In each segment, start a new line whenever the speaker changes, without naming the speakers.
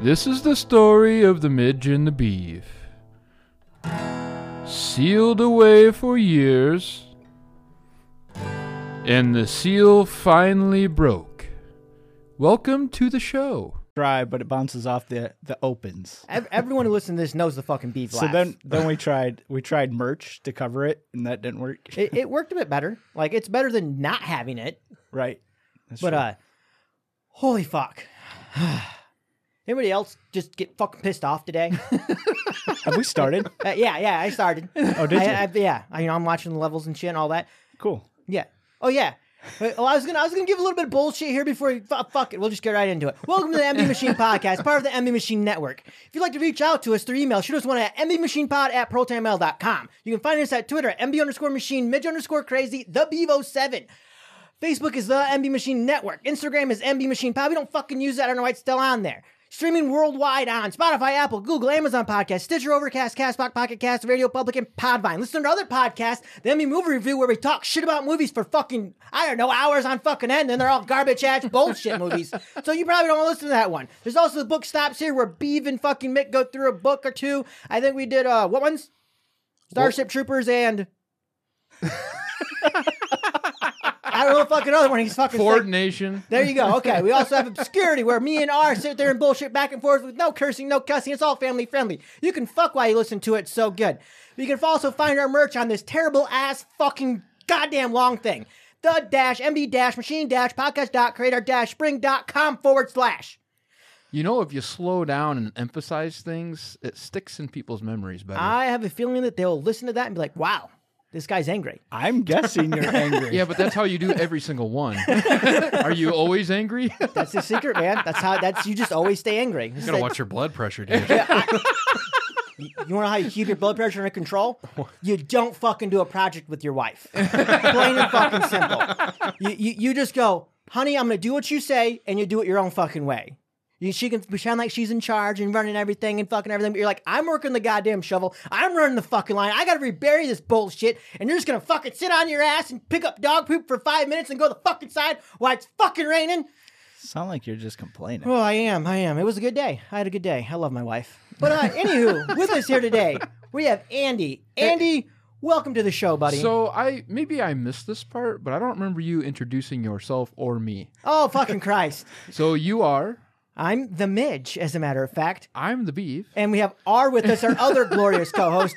This is the story of the midge and the beef. Sealed away for years, and the seal finally broke. Welcome to the show.
Try, but it bounces off the the opens.
Ev- Everyone who listens to this knows the fucking beef laughs.
So then then we tried we tried merch to cover it, and that didn't work.
it, it worked a bit better. Like it's better than not having it.
right. That's
But
true.
uh, holy fuck! Anybody else just get fucking pissed off today?
have we started?
Uh, yeah, yeah, I started. Oh,
did
I,
you?
I, yeah, I, you know, I'm watching the levels and shit and all that.
cool.
Yeah. Oh yeah. Wait, well, I was gonna, I was gonna give a little bit of bullshit here before. You, fu- fuck it, we'll just get right into it. Welcome to the MB Machine Podcast, part of the MB Machine Network. If you'd like to reach out to us through email, shoot us one at mbmachinepod at protonmail.com. You can find us at Twitter at mb underscore machine, midge underscore crazy, the Bevo Seven. Facebook is the MB Machine Network. Instagram is MB Machine Pod. We don't fucking use that. I don't know why it's still on there. Streaming worldwide on Spotify, Apple, Google, Amazon Podcast, Stitcher, Overcast, Castbox, Pocket Cast, Radio Public, and Podvine. Listen to our other podcasts, the MB Movie Review, where we talk shit about movies for fucking, I don't know, hours on fucking end, and they're all garbage ass bullshit movies. So you probably don't want to listen to that one. There's also the book stops here where Beeve and fucking Mick go through a book or two. I think we did, uh, what ones? Starship Troopers and. I don't know the fucking other one. He's fucking
Ford
sick.
Nation.
There you go. Okay. We also have obscurity where me and R sit there and bullshit back and forth with no cursing, no cussing. It's all family friendly. You can fuck while you listen to it. It's so good. You can also find our merch on this terrible ass fucking goddamn long thing. The dash mb dash machine dash podcast dot creator dash spring dot com forward slash.
You know, if you slow down and emphasize things, it sticks in people's memories better.
I have a feeling that they'll listen to that and be like, wow, this guy's angry.
I'm guessing you're angry.
yeah, but that's how you do every single one. Are you always angry? you
That's the secret, man. That's how that's you just always stay angry. It's
gotta
like-
watch your blood pressure, dude.
You want to know how you keep your blood pressure under control? You don't fucking do a project with your wife. Plain and fucking simple. You, you, you just go, honey, I'm going to do what you say, and you do it your own fucking way. You, she can pretend like she's in charge and running everything and fucking everything, but you're like, I'm working the goddamn shovel. I'm running the fucking line. I got to rebury this bullshit, and you're just going to fucking sit on your ass and pick up dog poop for five minutes and go to the fucking side while it's fucking raining?
Sound like you're just complaining.
Oh, I am. I am. It was a good day. I had a good day. I love my wife. But uh, anywho, with us here today, we have Andy. Andy, welcome to the show, buddy.
So I maybe I missed this part, but I don't remember you introducing yourself or me.
oh, fucking Christ.
So you are
I'm the Midge, as a matter of fact.
I'm the beef.
And we have R with us, our other glorious co host.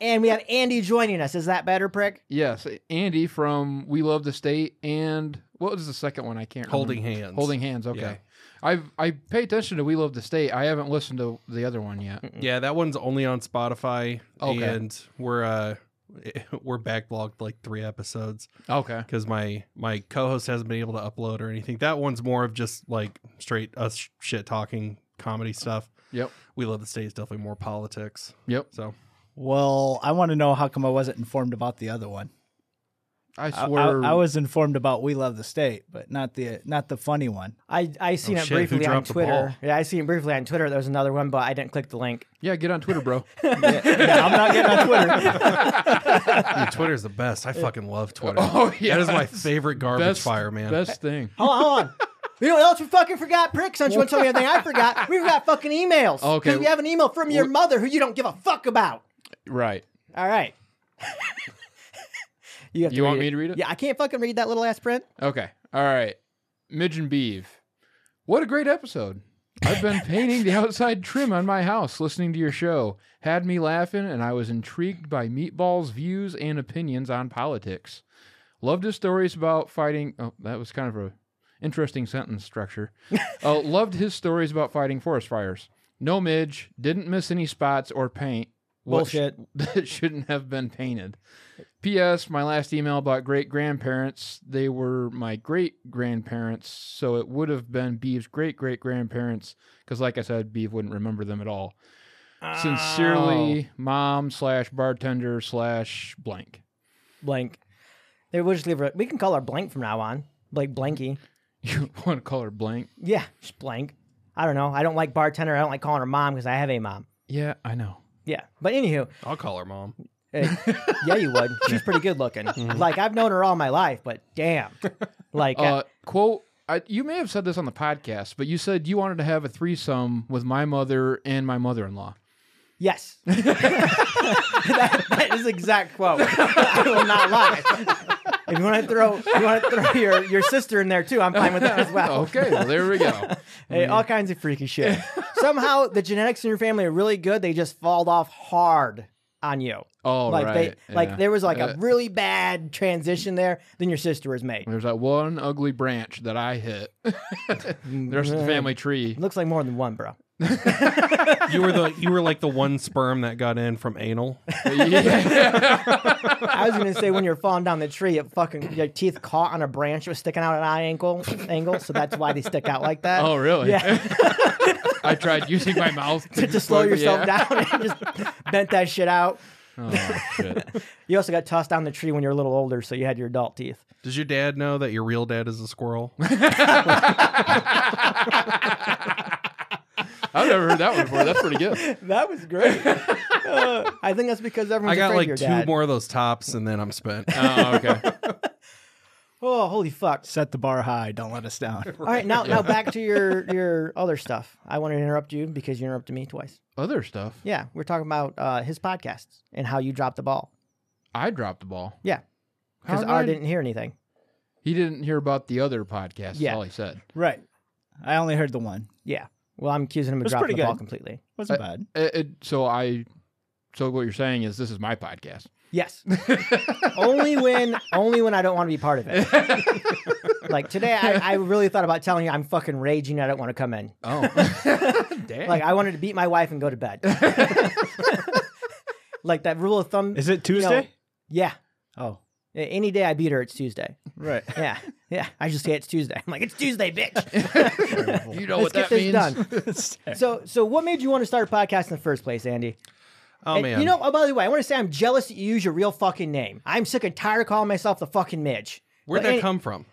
And we have Andy joining us. Is that better, prick?
Yes, Andy from We Love the State and what was the second one? I can't
Holding
remember.
Hands.
Holding hands, okay.
Yeah.
I've I pay attention to We Love the State. I haven't listened to the other one yet.
Yeah, that one's only on Spotify,
Okay.
and we're uh we're backlogged like three episodes
Okay.
because my my co-host hasn't been able to upload or anything. That one's more of just like straight us shit talking comedy stuff.
Yep.
We love the state is definitely more politics.
Yep.
So
Well, I want to know how come I wasn't informed about the other one.
I
I,
swear
I- I was informed about We Love the State, but not the not the funny one.
I, I seen
Oh,
it
shit, who
briefly on
dropped the
Twitter.
ball?
Yeah, I seen it briefly on Twitter. There was another one, but I didn't click the link.
Yeah, get on Twitter, bro.
Yeah, I'm not getting on Twitter.
Dude, Twitter's the best. I fucking love Twitter.
Oh, yeah.
that is my favorite garbage
best
fire, man.
Best thing.
Hold on, hold on. You know what else we fucking forgot, prick? Since you want to tell me everything I forgot, we forgot fucking emails.
Okay.
Because we have an email from your mother who you don't give a fuck about.
Right.
All right. you have
You want me to read it?
Yeah, I can't fucking read that little ass print.
Okay. All right. Midge and Beeve. What a great episode. I've been painting the outside trim on my house listening to your show. Had me laughing, and I was intrigued by Meatball's views and opinions on politics. Loved his stories about fighting. Oh, that was kind of a interesting sentence structure. uh, loved his stories about fighting forest fires. No midge, didn't miss any spots or paint. What sh-
Bullshit.
that shouldn't have been painted. P.S. My last email about great grandparents. They were my great grandparents, so it would have been Beeve's great great grandparents. Because, like I said, Beeve wouldn't remember them at all. Oh. Sincerely, mom slash bartender slash blank.
Oh, Blank. They will just leave her. We can call her blank from now on. Like blanky.
You want to call her blank?
Yeah, just blank. I don't know. I don't like bartender. I don't like calling her mom because I have a mom.
Yeah, I know.
Yeah. But anywho,
I'll call her mom.
eh, yeah, you would.
Mm-hmm.
She's pretty good looking. Like I've known her all my life, but damn. Like uh,
Uh, quote. I, you may have said this on the podcast, but you said you wanted to have a threesome with my mother and my mother-in-law.
Yes. that, that is the exact quote. I will not lie. If you want to throw, if you want to throw your, your sister in there too. I'm fine with that as well.
okay, well there we go.
Hey, all kinds of freaky shit. Somehow the genetics in your family are really good. They just fall off hard on you.
Oh,
like
right.
they, like
yeah.
there was like
Uh,
a really bad transition there. Then your sister was made.
There's that one ugly branch that I hit. the rest of the family tree.
Looks like more than one, bro.
You were the you were like the one sperm that got in from anal.
I was gonna say when you're falling down the tree, it fucking your teeth caught on a branch. It was sticking out at an eye angle angle, so that's why they stick out like that.
Oh, really?
Yeah,
I tried using my mouth to,
to slow
fuck-
yourself
yeah.
down and just bent that shit out.
Oh, shit.
You also got tossed down the tree when you're a little older, so you had your adult teeth.
Does your dad know that your real dad is a squirrel?
I've never heard that one before. That's pretty good.
That was great. Uh, I think that's because everyone's
I got
afraid
like
of
two
your dad.
more of those tops, and then I'm spent.
Oh, okay.
Oh, holy fuck!
Set the bar high. Don't let us down.
All right, now now back to your your other stuff. I wanted to interrupt you because you interrupted me twice.
Other stuff.
Yeah, we're talking about uh, his podcasts and how you dropped the ball
I dropped the ball.
Yeah.
How
because
did
R
I-
didn't hear anything.
He didn't hear about the other podcast.
Yeah.
Is all he said.
Right. I only heard the one.
Yeah. Well, I'm accusing him of
That's
dropping
pretty
the ball
good.
completely.
Wasn't bad.
Uh, It- it- so I. So what you're saying is this is my podcast.
Yes. only when only when I don't want to be part of it. like today I, I really thought about telling you I'm fucking raging, I don't want to come in.
Oh, damn.
Like I wanted to beat my wife and go to bed. like that rule of thumb.
Is it
you know,
Tuesday?
yeah.
Oh,
A- Any day I beat her, it's Tuesday.
right.
Yeah. Yeah. I just say it's Tuesday. I'm like, it's Tuesday, bitch.
you know
Let's
what that
get this
means.
done.
It's terrible.
So so what made you want to start a podcast in the first place, Andy?
Oh
And
man,
You know, oh, by the way, I want to say I'm jealous that you use your real fucking name. I'm sick and tired of calling myself the fucking Midge.
where'd that come from?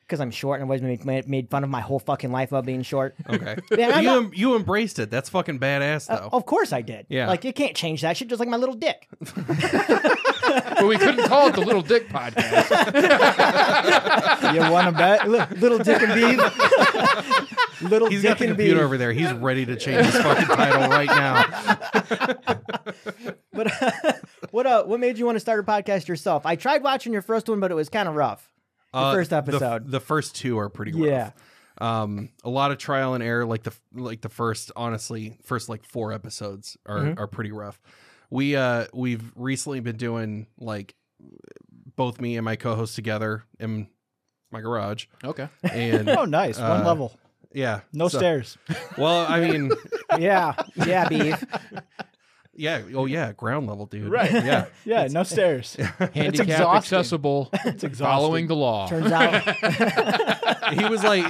Because I'm short and I've always made, made fun of my whole fucking life about being short.
Okay,
Yeah, I'm
you
not- Uh, oh,
em- you embraced it. That's fucking badass though.
Of course I did.
Yeah.
Like, you can't change that shit just like my little dick.
But we couldn't call it the Little Dick Podcast.
you want to bet? Look,
little dick and beef. little
He's
dick
got the
and
computer
beef.
over there. He's ready to change his fucking title right now.
But what, uh, what made you want to start a podcast yourself? I tried watching your first one, but it was kind of rough. The
Uh,
first
the f-
episode.
The, first two are pretty rough.
Yeah.
Um, a lot of trial and error. Like the f- like the first, honestly, first like four episodes are
Mm-hmm.
are pretty rough. We uh we've recently been doing like both me and my co-host together in my garage,
okay.
and
Oh, nice. One
Uh,
level.
yeah,
No
so-
stairs.
Well, I mean,
Yeah. Yeah, beef.
yeah, oh yeah, ground level, dude.
Right.
Yeah.
Yeah, no stairs. It's
Handicap
exhausting.
accessible. It's
exhausting.
Following the law.
Turns out
He was like.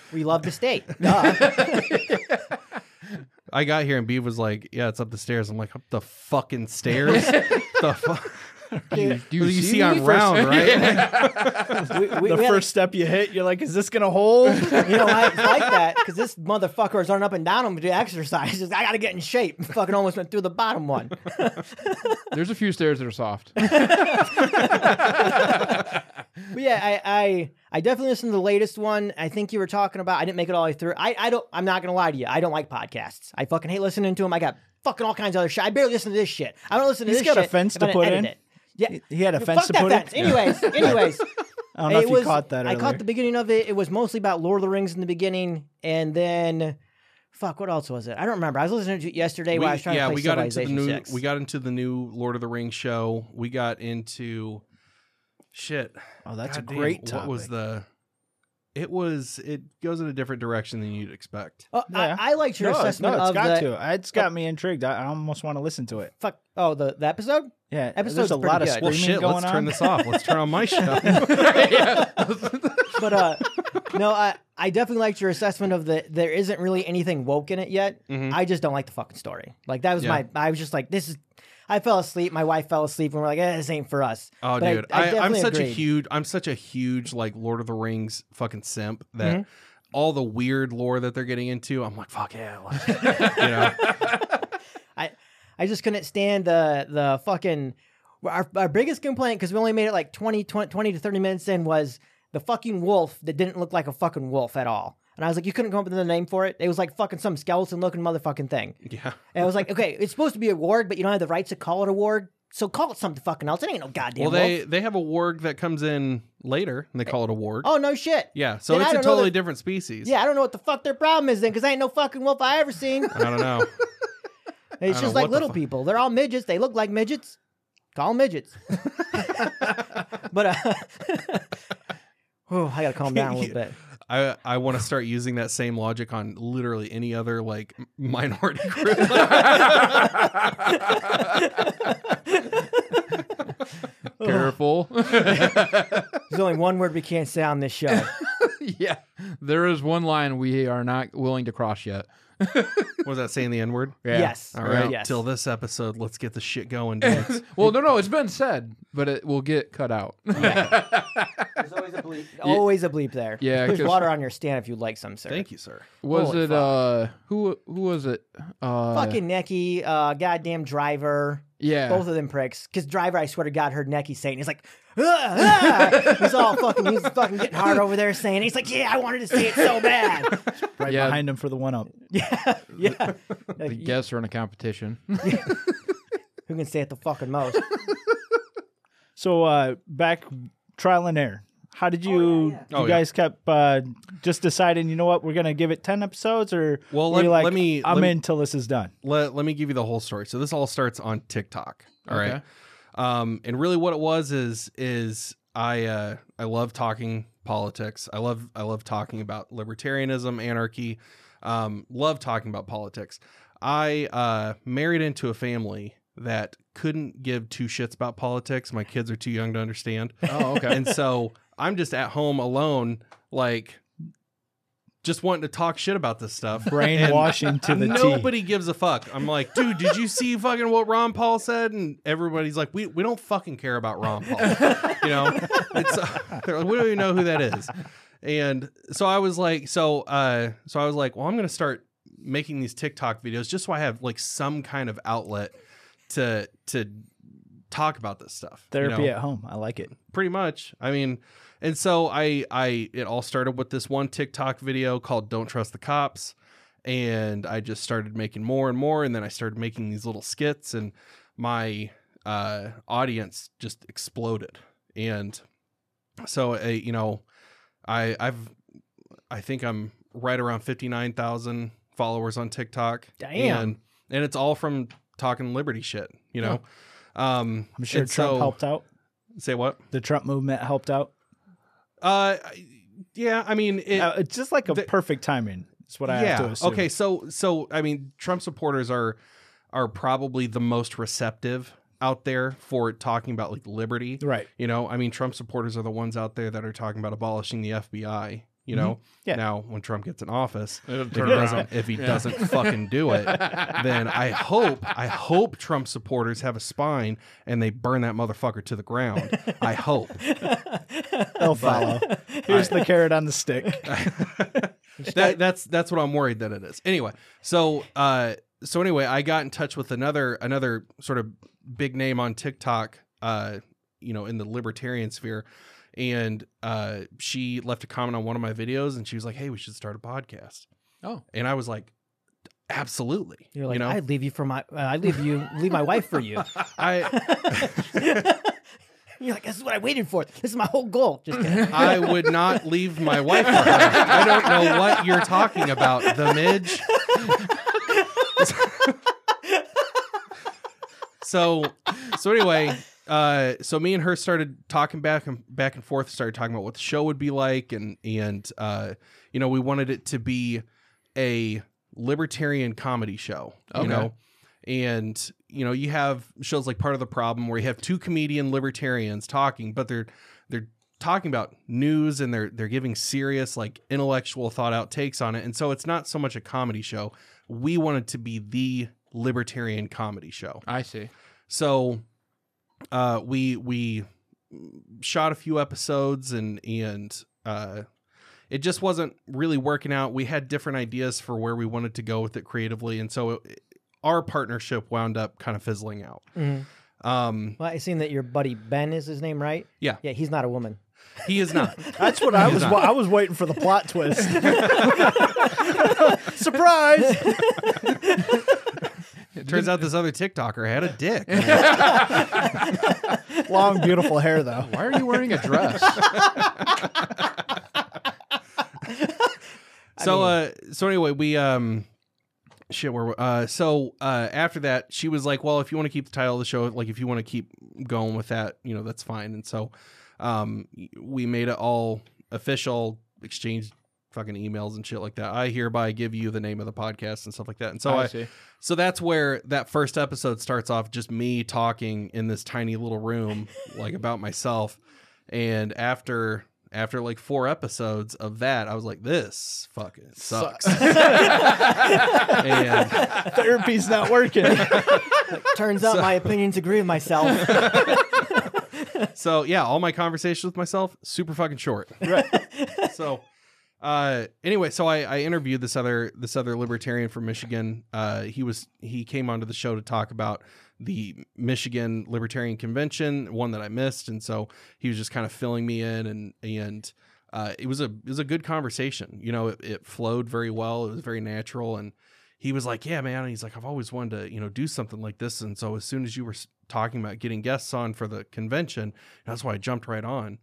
we love the state. Duh.
I got here and Beav was like, "Yeah, it's up the stairs." I'm like, "Up the fucking stairs? the fuck?
Do
You,
see
see,
me
I'm
first?
round,
We-
right?
we-
the
we had a-
first step you hit, you're like, is this going to hold?
You know, I, it's like that because this motherfucker is running up and down him to do exercises. I got to get in shape. Fucking almost went through the bottom one.
There's a few stairs that are soft.
But yeah, I, I I definitely listened to the latest one. I think you were talking about. I didn't make it all the way through. I, I don't. I'm not gonna lie to you. I don't like podcasts. I fucking hate listening to them. I got fucking all kinds of other shit. I barely listen to this shit. I don't listen to
He's
this.
got a
shit
fence
if
to
I didn't
put
edit
in?
It. Yeah.
He had a fence to
Fuck that
put
fence.
in.
Anyways, anyways.
I don't know
it
if you
was,
caught that
I
earlier.
caught the beginning of it. It was mostly about Lord of the Rings in the beginning, and then, fuck, what else was it? I don't remember. I was listening to it yesterday
We-
while I was trying
yeah,
to play
we got into the
Civilization
new.
6.
We got into the new Lord of the Rings show. We got into shit.
oh, that's
Goddamn,
a great topic.
What was the? It was. It goes in a different direction than you'd expect.
Oh,
Yeah.
I, I liked your
no, no, it's
assessment
got
of the
to. It's got me intrigued. I, I almost want to listen to it.
fuck. Oh, the, the episode.
Yeah,
Episode's
there's a
pretty
lot of
good.
screaming
Well, shit.
going
Let's
on.
turn this off. Let's turn on my show.
but uh no i i definitely liked your assessment of the there isn't really anything woke in it yet i just don't like the fucking story like that was
Mm-hmm. Yeah.
my i was just like this is i fell asleep my wife fell asleep and we're like eh, this ain't for us
Oh,
But
dude, I, I am
definitely
such a
agreed.
huge, I'm such a huge like Lord of the Rings fucking simp that
Mm-hmm.
all the weird lore that they're getting into, I'm like, fuck yeah, like, you know,
i i just couldn't stand the the fucking Well, Our, our biggest complaint, because we only made it like 20, 20, 20 to 30 minutes in, was the fucking wolf that didn't look like a fucking wolf at all. And I was like, you couldn't come up with another name for it. It was like fucking some skeleton looking motherfucking thing.
Yeah.
And I was like, okay, it's supposed to be a ward, but you don't have the rights to call it a ward. So call it something fucking else. It ain't no goddamn
Well, they
wolf.
they have a warg that comes in later, and they call it a warg.
Oh, no shit.
yeah. So
then I
it's a
don't know
totally
that-
different species.
Yeah, I don't know what the fuck their problem is then, because ain't no fucking wolf I ever seen.
I don't know.
It's
I don't
just
know
like
what the
little
fuck-
people. They're all midgets. They look like midgets. Call 'em midgets. but uh, oh, I gotta calm down a little bit.
I I want to start using that same logic on literally any other like m- minority group. yeah.
Oh. Careful.
There's only one word we can't say on this show.
yeah. There is one line we are not willing to cross yet.
Was that saying the N word?
Yes.
All right.
Yes.
Till this episode, let's get the shit going. dudes.
Well, no, no, it's been said, but it will get cut out.
There's always a bleep. Always a bleep there.
Yeah,
There's
'cause-
water on your stand if you'd like some, sir.
Thank you, sir.
was
Holy
it
fuck.
uh who who was it? Uh
Fucking Necky, uh, goddamn driver.
yeah.
Both of them pricks. Because driver, I swear to God, heard Necky saying, he's like, "Ah, ah." he's all fucking, he's fucking getting hard over there saying, he's like, yeah, I wanted to say it so bad.
Right
Yeah.
behind him for the one up.
Yeah, yeah.
the guests are in a competition.
Who can say it the fucking most?
So uh back trial and error. How did you you
Oh, yeah.
guys kept uh just deciding, you know what, we're gonna give it ten episodes or
Well,
were
let-
you like,
let me-
I'm
let me-
in till this is done.
Let let me give you the whole story. So this all starts on TikTok. All right.
Okay.
Um, and really, what it was is is I uh, I love talking politics. I love I love talking about libertarianism, anarchy. Um, love talking about politics. I uh, married into a family that couldn't give two shits about politics. My kids are too young to understand,
oh, okay.
and so I'm just at home alone, like just wanting to talk shit about this stuff.
Brainwashing to the T.
Nobody gives a fuck. I'm like, dude, did you see fucking what Ron Paul said? And everybody's like, we, we don't fucking care about Ron Paul. You know, it's uh, they're like, we don't even know who that is. And so I was like, so uh, so I was like, well, I'm gonna start making these TikTok videos just so I have like some kind of outlet to to talk about this stuff. you
Therapy
know?
at home. I like it.
pretty much. I mean, and so I I it all started with this one TikTok video called "Don't Trust the Cops," and I just started making more and more, and then I started making these little skits, and my uh, audience just exploded, and so uh, you know, I I've I think I'm right around fifty nine thousand followers on TikTok.
Damn.
and, and it's all from talking liberty shit, you know. Um,
I'm sure
and
Trump
so-
helped out.
Say what?
The Trump movement helped out.
Uh, I- yeah. I mean, it,
Uh, it's just like a
the-
perfect timing. That's what I
yeah.
have to assume.
Okay. So, so I mean, Trump supporters are are probably the most receptive out there for talking about like liberty.
Right.
You know, I mean, Trump supporters are the ones out there that are talking about abolishing the FBI. You know,
Mm-hmm. Yeah.
now when Trump gets in office,
It'll
if he,
turn around.
doesn't, if he doesn't fucking do it, then I hope, I hope Trump supporters have a spine and they burn that motherfucker to the ground. I hope.
They'll follow. Here's the carrot on the stick.
that, that's that's what I'm worried that it is. Anyway, so uh, so anyway, I got in touch with another another sort of big name on TikTok, uh, you know, in the libertarian sphere, and uh, she left a comment on one of my videos, and she was like, "Hey, we should start a podcast,"
oh.
and I was like, "Absolutely,"
You're like,
you know,
I leave you for my, uh, I leave you, leave my wife for you.
I
You're like, this is what I waited for. This is my whole goal. Just kidding.
I would not leave my wife. For her. I don't know what you're talking about, the midge. so, so anyway, uh, so me and her started talking back and back and forth. Started talking about what the show would be like, and and uh, you know we wanted it to be a libertarian comedy show.
Okay.
You know, and you know you have shows like part of the problem where you have two comedian libertarians talking but they're they're talking about news and they're they're giving serious like intellectual thought out takes on it and so it's not so much a comedy show we wanted to be the libertarian comedy show
I see.
so uh we we shot a few episodes and and uh it just wasn't really working out we had different ideas for where we wanted to go with it creatively and so it, our partnership wound up kind of fizzling out
Mhm.
Um,
Well, I seen that your buddy Ben is his name, right?
Yeah.
Yeah, he's not a woman.
he is not.
That's what I
He's
was.
not.
wa- I was waiting for the plot twist. Surprise!
It turns out this other TikToker had a dick.
Long, beautiful hair though.
Why are you wearing a dress?
so uh so anyway we um shit where uh so uh after that she was like well if you want to keep the title of the show like if you want to keep going with that you know that's fine and so um we made it all official exchanged fucking emails and shit like that i hereby give you the name of the podcast and stuff like that and so i,
see.
so that's where that first episode starts off just me talking in this tiny little room like about myself. And after after like four episodes of that, I was like, this fucking sucks. and
Therapy's not working.
Turns out my opinions agree with myself.
so yeah, all my conversations with myself, super fucking short. Right. so uh anyway, so I, I interviewed this other this other libertarian from Michigan. Uh he was he came onto the show to talk about the Michigan Libertarian Convention, one that I missed, and so he was just kind of filling me in and and uh, it was a it was a good conversation. You know, it, it flowed very well. It was very natural, and he was like, "Yeah, man." He's like, "I've always wanted to, you know, do something like this." And so as soon as you were s- talking about getting guests on for the convention, that's why I jumped right on.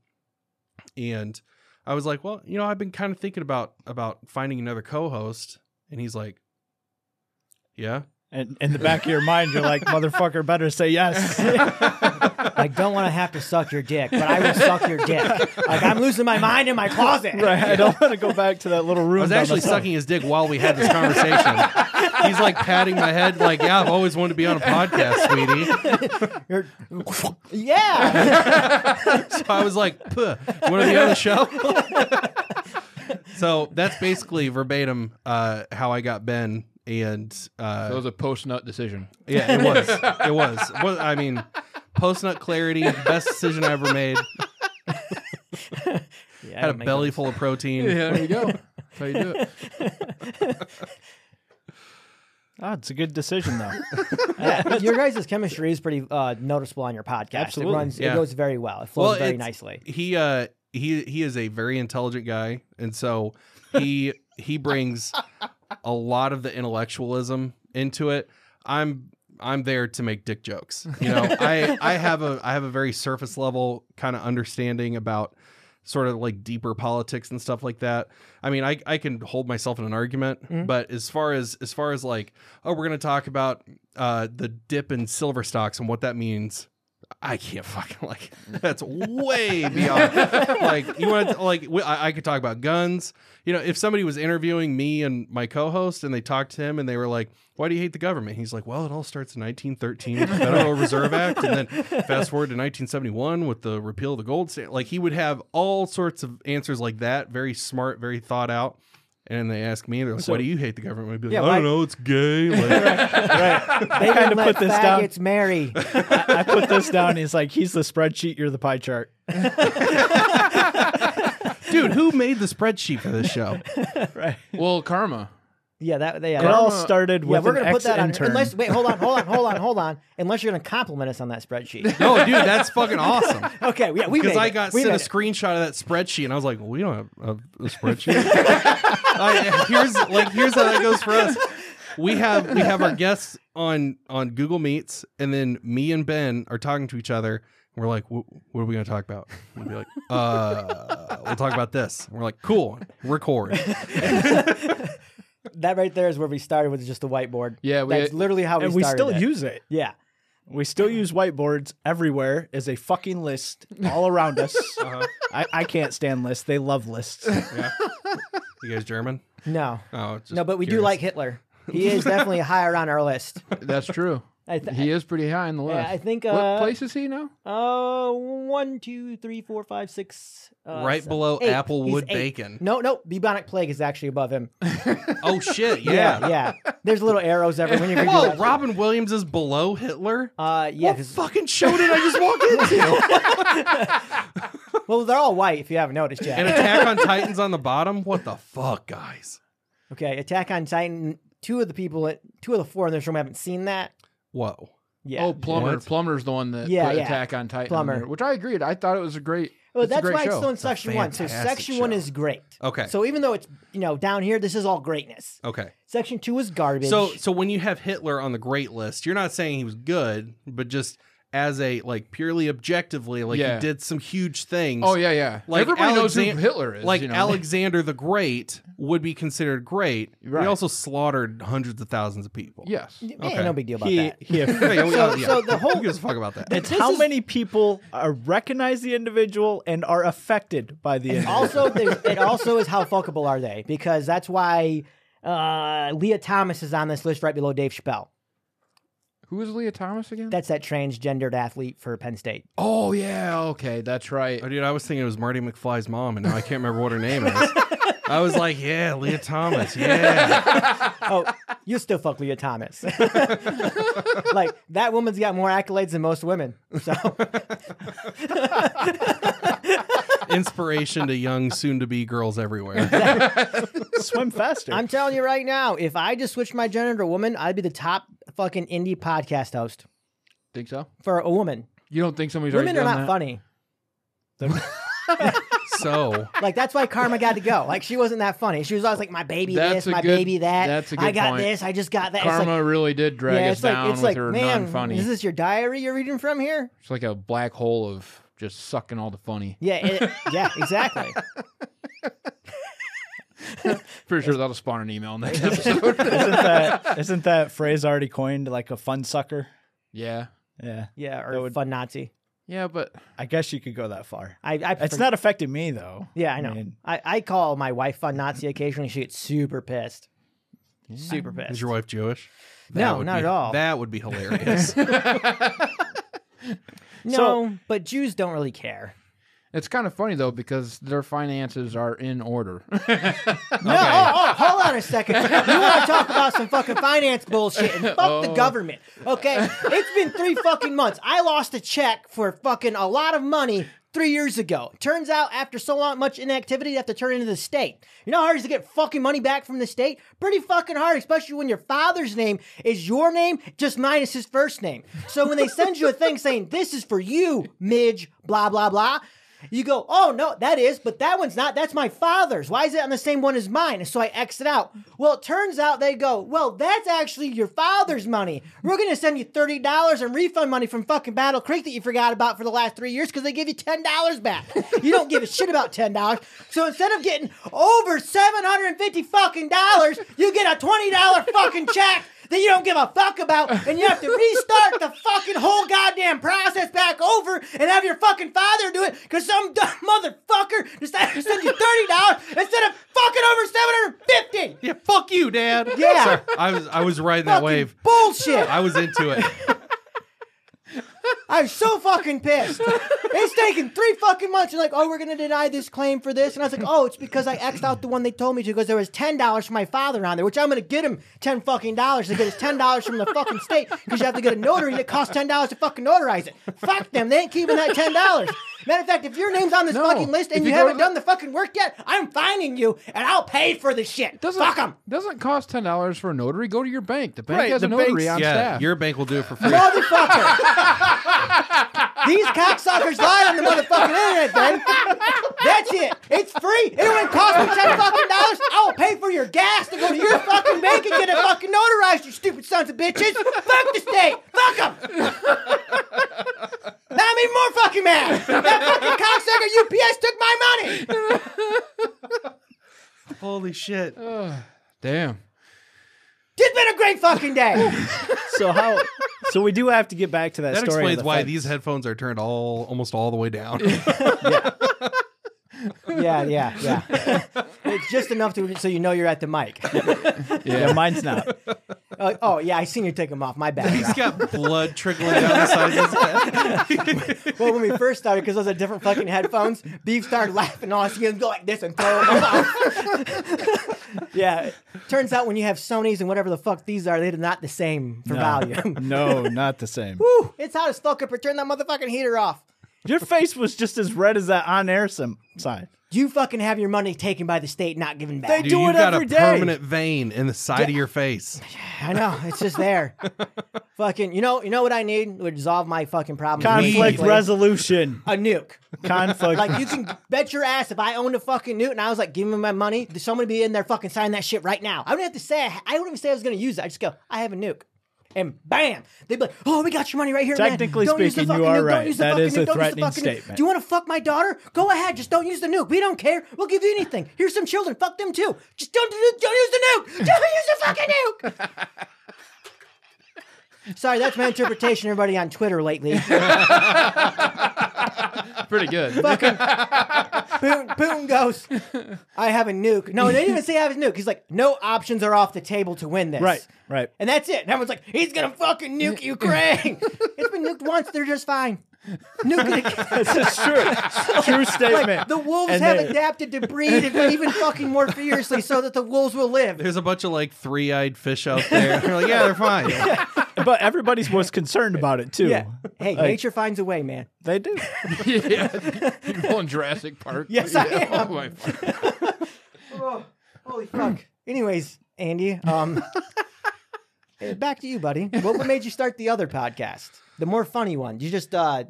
And I was like, "Well, you know, I've been kind of thinking about about finding another co-host." And he's like, "Yeah."
And in the back of your mind, you're like, "Motherfucker, better say yes."
I don't want to have to suck your dick, but I will suck your dick. Like I'm losing my mind in my closet.
Right. I don't want to go back to that little room.
I was
by
actually
myself.
sucking his dick while we had this conversation. He's like patting my head, like, "Yeah, I've always wanted to be on a podcast, sweetie."
You're- yeah.
So I was like, "Puh, you want to be on the show?" so that's basically verbatim uh, how I got Ben, and
That
uh,
was a post nut decision.
yeah, it was, it was. Well, I mean, post nut clarity, best decision I ever made.
yeah I
Had a
don't make
belly
those.
full of protein.
Yeah, there you go. That's how you do it.
Ah, it's a good decision though.
Yeah, your guys' chemistry is pretty uh, noticeable on your podcast.
Absolutely.
It runs.
Yeah.
It goes very well. It flows very
it's-
nicely.
He uh he he is a very intelligent guy, and so he he brings a lot of the intellectualism into it. I'm I'm there to make dick jokes. You know, I I have a I have a very surface level kind of understanding about sort of like deeper politics and stuff like that. I mean, I I can hold myself in an argument, but as far as as far as like, oh, we're gonna talk about uh the dip in silver stocks and what that means. I can't fucking like that's way beyond like you want to like we, I, I could talk about guns you know if somebody was interviewing me and my co-host and they talked to him and they were like why do you hate the government he's like well it all starts in 1913 with the Federal Reserve Act and then fast forward to 1971 with the repeal of the gold standard like he would have all sorts of answers like that very smart very thought out and they ask me they're like
So-
why do you hate the government I'd be like,
Yeah,
I don't
why-
know it's gay like,
They
kinda
didn't let
put this down.
faggots marry.
I put this down. He's like, "He's the spreadsheet. You're the pie chart."
dude who made the spreadsheet for this show
Right.
Well, karma.
Yeah, that they. Yeah,
It all
Karma-
started
yeah,
with
we're
an
gonna put that on.
ex-intern.
Unless wait, hold on, hold on, hold on, hold on. Unless you're gonna compliment us on that spreadsheet.
no dude that's fucking awesome
Okay, yeah, we made
because I
it.
got
we
sent a
made it.
screenshot of that spreadsheet, and I was like, "Well, we don't have a, a spreadsheet." I, here's like here's how that goes for us. We have we have our guests on on Google Meets, and then me and Ben are talking to each other. And we're like, "Wh- "What are we going to talk about?" And we'll be like, "Uh, we'll talk about this." And we're like, "Cool, record."
that right there is where we started with just the whiteboard.
Yeah, we
that's
had-
literally how
and
we
we
started.
still
it.
use it.
Yeah,
We still use whiteboards everywhere as a fucking list all around us.
Uh-huh.
I, I can't stand lists. They love lists.
You guys German?
no,
Oh, just
no, but we do
curious.
like Hitler. He is definitely higher on our list.
That's true.
I th-
He is pretty high on the list.
Yeah, I think,
what
uh,
place is he now?
Uh, one, two, three, four, five, six. Uh,
Right
seven-
below
eight.
Applewood
He's eight.
Bacon.
No, no, bubonic plague is actually above him.
Oh shit! Yeah.
Yeah, yeah. There's little arrows everywhere. When you
Whoa, Robin Williams is below Hitler.
Uh, yeah,
what
'cause-
fucking show did I just walk into?
well, they're all white if you haven't noticed yet.
and Attack on Titans on the bottom. What the fuck, guys?
Okay, Attack on Titan. Two of the people, two of the four in this room haven't seen that.
Whoa.
Yeah.
Oh, Plumber.
What?
Plumber's the one that
Yeah,
put
yeah.
Attack on Titan. on
Plumber.
there, which I agreed. I thought it was a great.
Well,
it's a
that's
great
why it's
show.
still in section one. So
fantastic
section one
show.
is great.
Okay.
So even though it's you know down here, this is all greatness.
Okay.
Section two is garbage.
So so when you have Hitler on the great list, you're not saying he was good, but just as a like purely objectively, like
Yeah.
he did some huge things.
Oh yeah, yeah.
Like
Everybody knows
Alexan-
who Hitler is.
Like
you know?
Alexander the Great would be considered great.
Right.
He also slaughtered hundreds of thousands of people.
Yes.
Eh,
okay.
no big deal about
He,
that.
he
Hey, we-
So-
yeah.
so the whole-
Who gives a fuck about that?
it's
This
how
is-
many people are, recognize the individual and are affected by the individual.
also, there's- it also is how fuckable are they? Because that's why uh, Leah Thomas is on this list right below Dave Chappelle.
Who is Leah Thomas again?
That's that transgendered athlete for Penn State.
oh yeah. Okay, that's right.
Oh, dude, I was thinking it was Marty McFly's mom, and now I can't remember what her name is. I was like, yeah, Leah Thomas, yeah.
Oh, you still fuck Leah Thomas. like that woman's got more accolades than most women. So
Inspiration to young, soon-to-be girls everywhere.
swim faster.
I'm telling you right now, if I just switched my gender to a woman, I'd be the top fucking indie podcast host
Think so?
for a woman.
You don't think somebody's
Women are
already done
not
that?
funny.
So
Like that's why Karma got to go. Like she wasn't that funny. She was always like my baby
That's
this,
a
my
good-
baby that.
that's a
I
good
got
point.
this. I just got that.
Karma
it's like,
really did drag
yeah,
us
it's like
down
it's
with
like
her
man,
non-funny.
is this your diary you're reading from here?
It's like a black hole of just sucking all the funny.
Yeah, it, yeah, exactly.
Pretty sure that'll spawn an email next episode.
isn't that isn't that phrase already coined like a fun sucker?
yeah.
Yeah.
Yeah, or
That would-
fun Nazi.
Yeah, but
I guess you could go that far.
I, I
It's
forg-
not affecting me though.
Yeah, I know. I,
mean-
I, call my wife fun Nazi occasionally. She gets super pissed. Super pissed.
is your wife Jewish? That
No,
would
not
be-
at all.
That would be hilarious.
No, but Jews don't really care.
it's kind of funny though because their finances are in order.
No, oh, oh, hold on a second. You want to talk about some fucking finance bullshit and fuck the government. Okay, it's been three fucking months. I lost a check for fucking a lot of money three years ago. Turns out after so long, much inactivity, you have to turn into the state. You know how hard it is to get fucking money back from the state? Pretty fucking hard, especially when your father's name is your name, just minus his first name. So when they send you a thing saying, this is for you, Midge, blah, blah, blah, you go, oh no, that is, but that one's not. That's my father's. Why is it on the same one as mine? And so I X it out. Well, it turns out they go, well, that's actually your father's money. We're gonna send you thirty dollars in refund money from fucking Battle Creek that you forgot about for the last three years because they give you ten dollars back. you don't give a shit about ten dollars. So instead of getting over seven hundred and fifty fucking dollars, you get a twenty dollar fucking check that you don't give a fuck about, and you have to restart the fucking whole goddamn process back over and have your fucking father do it because some dumb motherfucker decided to send you thirty dollars instead of fucking over seven hundred fifty.
yeah, fuck you, Dad.
Yeah.
Sorry, I was I was riding that wave.
Bullshit!
I was into it.
I'm so fucking pissed. It's taken three fucking months. You're like, oh, we're gonna deny this claim for this, and I was like, oh, it's because I xed out the one they told me to because there was ten dollars for my father on there, which I'm gonna get him ten fucking dollars to get his ten dollars from the fucking state because you have to get a notary and it costs ten dollars to fucking notarize it. Fuck them. They ain't keeping that ten dollars. Matter of fact, if your name's on this
No.
fucking list and
If
you,
you go to
haven't
the-
done the fucking work yet, I'm fining you and I'll pay for the shit.
Doesn't
Fuck them.
doesn't cost ten dollars for a notary. Go to your bank. The bank
Right,
has a
the
notary
bank's-
on
yeah,
staff.
your bank will do it for free.
Motherfucker! These cocksuckers lied on the motherfucking internet, Ben. That's it. It's free. It only cost me ten fucking dollars. I will pay for your gas to go to your fucking bank and get it fucking notarized. You stupid sons of bitches. Fuck the state. Fuck them. Now I'm even more fucking mad. That fucking cocksucker UPS took my money.
Holy shit.
Damn.
This has been a great fucking day.
So how? So we do have to get back to that,
That
story. of
explains
the
why
fence.
these headphones are turned all almost all the way down.
Yeah, yeah, yeah. It's just enough to so you know you're at the mic.
Yeah, mine's not.
Uh, oh yeah, I seen you take them off. My bad.
He's got blood trickling down the side of his head.
Well, when we first started, because those are different fucking headphones, Beef started laughing all so you go like this and throw them off. yeah. Turns out when you have Sony's and whatever the fuck these are, they're not the same for
No.
volume.
No, not the same.
Woo! It's hot as fuck up. Turn that motherfucking heater off.
Your face was just as red as that on air sim sign.
You fucking have your money taken by the state, not given back.
They do
you
it
got
every
a
day.
permanent vein in the side of your face.
I know it's just there. fucking, you know, you know what I need would resolve my fucking problem.
Conflict
immediately?
resolution.
A nuke.
Conflict.
Like you can bet your ass if I owned a fucking nuke and I was like, give me my money, there's someone would be in there fucking sign that shit right now. I wouldn't have to say I, I wouldn't even say I was gonna use it. I just go, I have a nuke. And bam, they'd be like, "Oh, we got your money right here." man.
Technically
Don't use the
speaking, you are
fucking nuke. Don't
right.
use the
That
fucking
is
nuke.
a
Don't use the
threatening
fucking nuke.
statement.
Do you want to fuck my daughter? Go ahead. Just don't use the nuke. We don't care. We'll give you anything. Here's some children. Fuck them too. Just don't don't use the nuke. Don't use the fucking nuke. Sorry, that's my interpretation. Everybody on Twitter lately.
Pretty good.
fucking Putin, Putin goes, I have a nuke. No, they didn't even say I have a nuke. He's like, no options are off the table to win this.
right, right.
And that's it. And everyone's like, he's gonna fucking nuke Ukraine. it's been nuked once, they're just fine. Nuke it again.
This is true. true statement.
The wolves
And
have
they-
adapted to breed even fucking more furiously so that the wolves will live.
There's a bunch of like three eyed fish out there. They're like, yeah, they're fine.
but everybody's was concerned about it too.
Yeah. Hey, nature finds a way, man.
They do.
yeah. You're going Jurassic Park.
Yes, I
Yeah.
am.
Oh, my fuck.
Holy fuck. Anyways, Andy, um, eh, back to you, buddy. What, what made you start the other podcast? The more funny one. You just uh,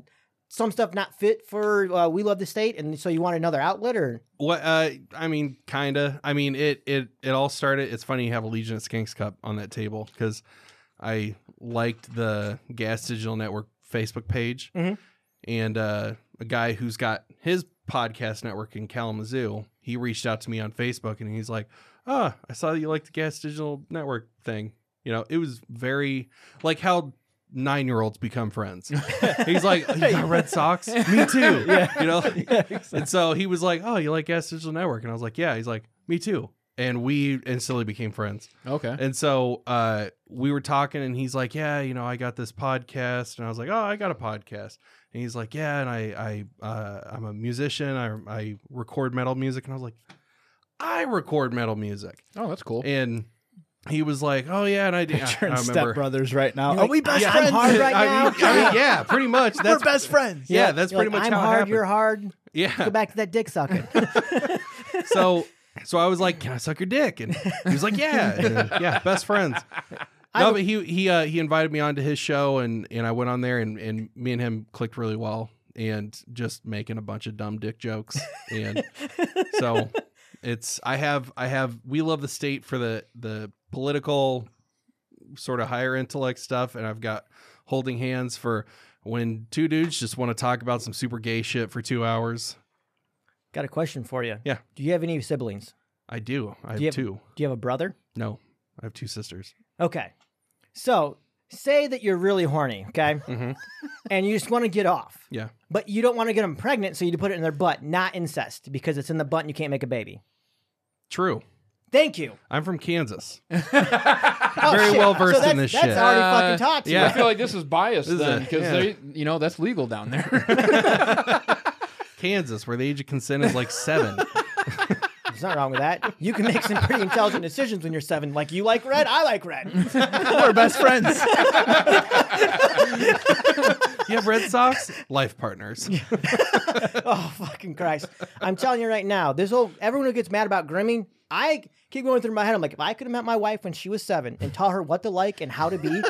some stuff not fit for uh, We Love the State, and so you want another outlet, or
What uh I mean, kinda. I mean it it it all started it's funny you have a Legion of Skinks cup on that table because I liked the Gas Digital Network Facebook page
Mhm.
and uh a guy who's got his podcast network in Kalamazoo, he reached out to me on Facebook and he's like, Ah, I saw that you liked the Gas Digital Network thing. You know, it was very like how nine year olds become friends. he's like, You got red socks? Me too. You know? And so he was like, "Oh, you like Gas Digital Network?" And I was like, "Yeah." He's like, "Me too." And we instantly became friends.
Okay.
And so uh, we were talking, and he's like, "Yeah, you know, I got this podcast," and I was like, "Oh, I got a podcast." And he's like, "Yeah," and I, I, uh, I'm a musician. I, I record metal music, and I was like, "I record metal music,"
Oh, that's cool.
and he was like, "Oh yeah,and I did." I
Turn
remember.
step brothers right now.
You're
Are
like,
we best
I'm
friends?
hard right
I
now.
mean- I mean, yeah, pretty much. That's
We're best friends.
yeah, that's
You're
pretty
like,
much
I'm
how it
hard,
happened.
you're hard.
yeah,
Go back to that dick sucking.
so so I was like, "Can I suck your dick?" And he was like, "Yeah, And, yeah, best friends." No, but he he uh, he invited me onto his show, and and I went on there, and and me and him clicked really well, and just making a bunch of dumb dick jokes, and so it's I have I have we love the state for the the political sort of higher intellect stuff, and I've got holding hands for when two dudes just want to talk about some super gay shit for two hours.
Got a question for you.
Yeah.
Do you have any siblings?
I do. I have
you have-
two.
Do you have a brother?
No, I have two sisters.
Okay. So say that you're really horny, okay,
Mhm.
and you just want to get off.
Yeah.
But you don't want to get them pregnant, so you put it in their butt, not incest, because it's in the butt and you can't make a baby.
True.
Thank you.
I'm from Kansas.
Oh,
Very
shit.
well versed
so that's,
in this
that's
shit.
already
Uh,
fucking taught to you.
I
yeah.
feel like this is biased
This is
then
a-
because
yeah.
they, you know, that's legal down there.
Kansas, where the age of consent is like seven.
There's nothing wrong with that. You can make some pretty intelligent decisions when you're seven. Like you like red, I like red.
We're best friends.
you have red socks, life partners.
oh fucking Christ! I'm telling you right now, this whole everyone who gets mad about grimming, I keep going through my head. I'm like, if I could have met my wife when she was seven and taught her what to like and how to be,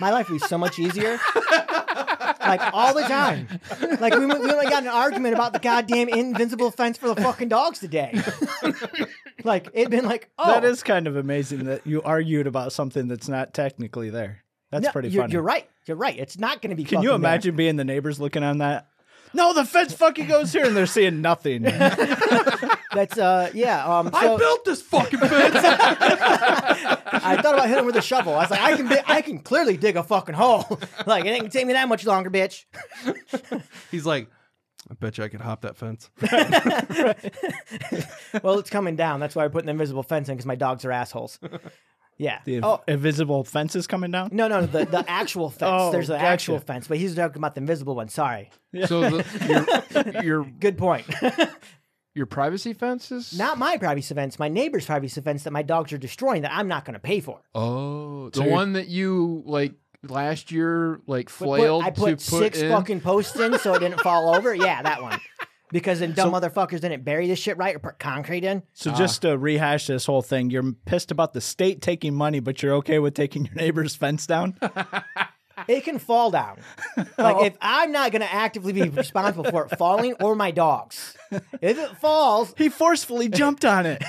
my life would be so much easier. Like all the time, like we we only got in an argument about the goddamn invincible fence for the fucking dogs today. like it'd been like, oh,
That is kind of amazing that you argued about something that's not technically there. That's
no,
pretty
you're,
funny.
You're right. You're right. It's not going to be.
Can you
fucking there.
imagine being the neighbors looking on that? No, the fence fucking goes here, and they're seeing nothing.
That's uh, yeah. Um,
I
so-
built this fucking fence.
I thought about hitting him with a shovel. I was like, I can, bi- I can clearly dig a fucking hole. like it ain't gonna take me that much longer, bitch.
He's like, I bet you I could hop that fence.
Well, it's coming down. That's why I put an invisible fence in because my dogs are assholes. Yeah.
The
oh
invisible fence is coming down.
no, no, the, the actual fence.
Oh,
There's the
gotcha.
actual fence, but he's talking about the invisible one. Sorry.
so the, your, your
Good point.
your privacy fences?
not my privacy fence, my neighbor's privacy fence that my dogs are destroying that I'm not gonna pay for.
Oh, the one that you like last year like
But- but
flailed
I put,
to put
six
in.
fucking posts in so it didn't fall over. Yeah, that one. Because then dumb motherfuckers didn't bury this shit right or put concrete in.
So just to rehash this whole thing, you're pissed about the state taking money, but you're okay with taking your neighbor's fence down.
It can fall down. Like if I'm not gonna actively be responsible for it falling or my dogs. If it falls,
he forcefully jumped on it.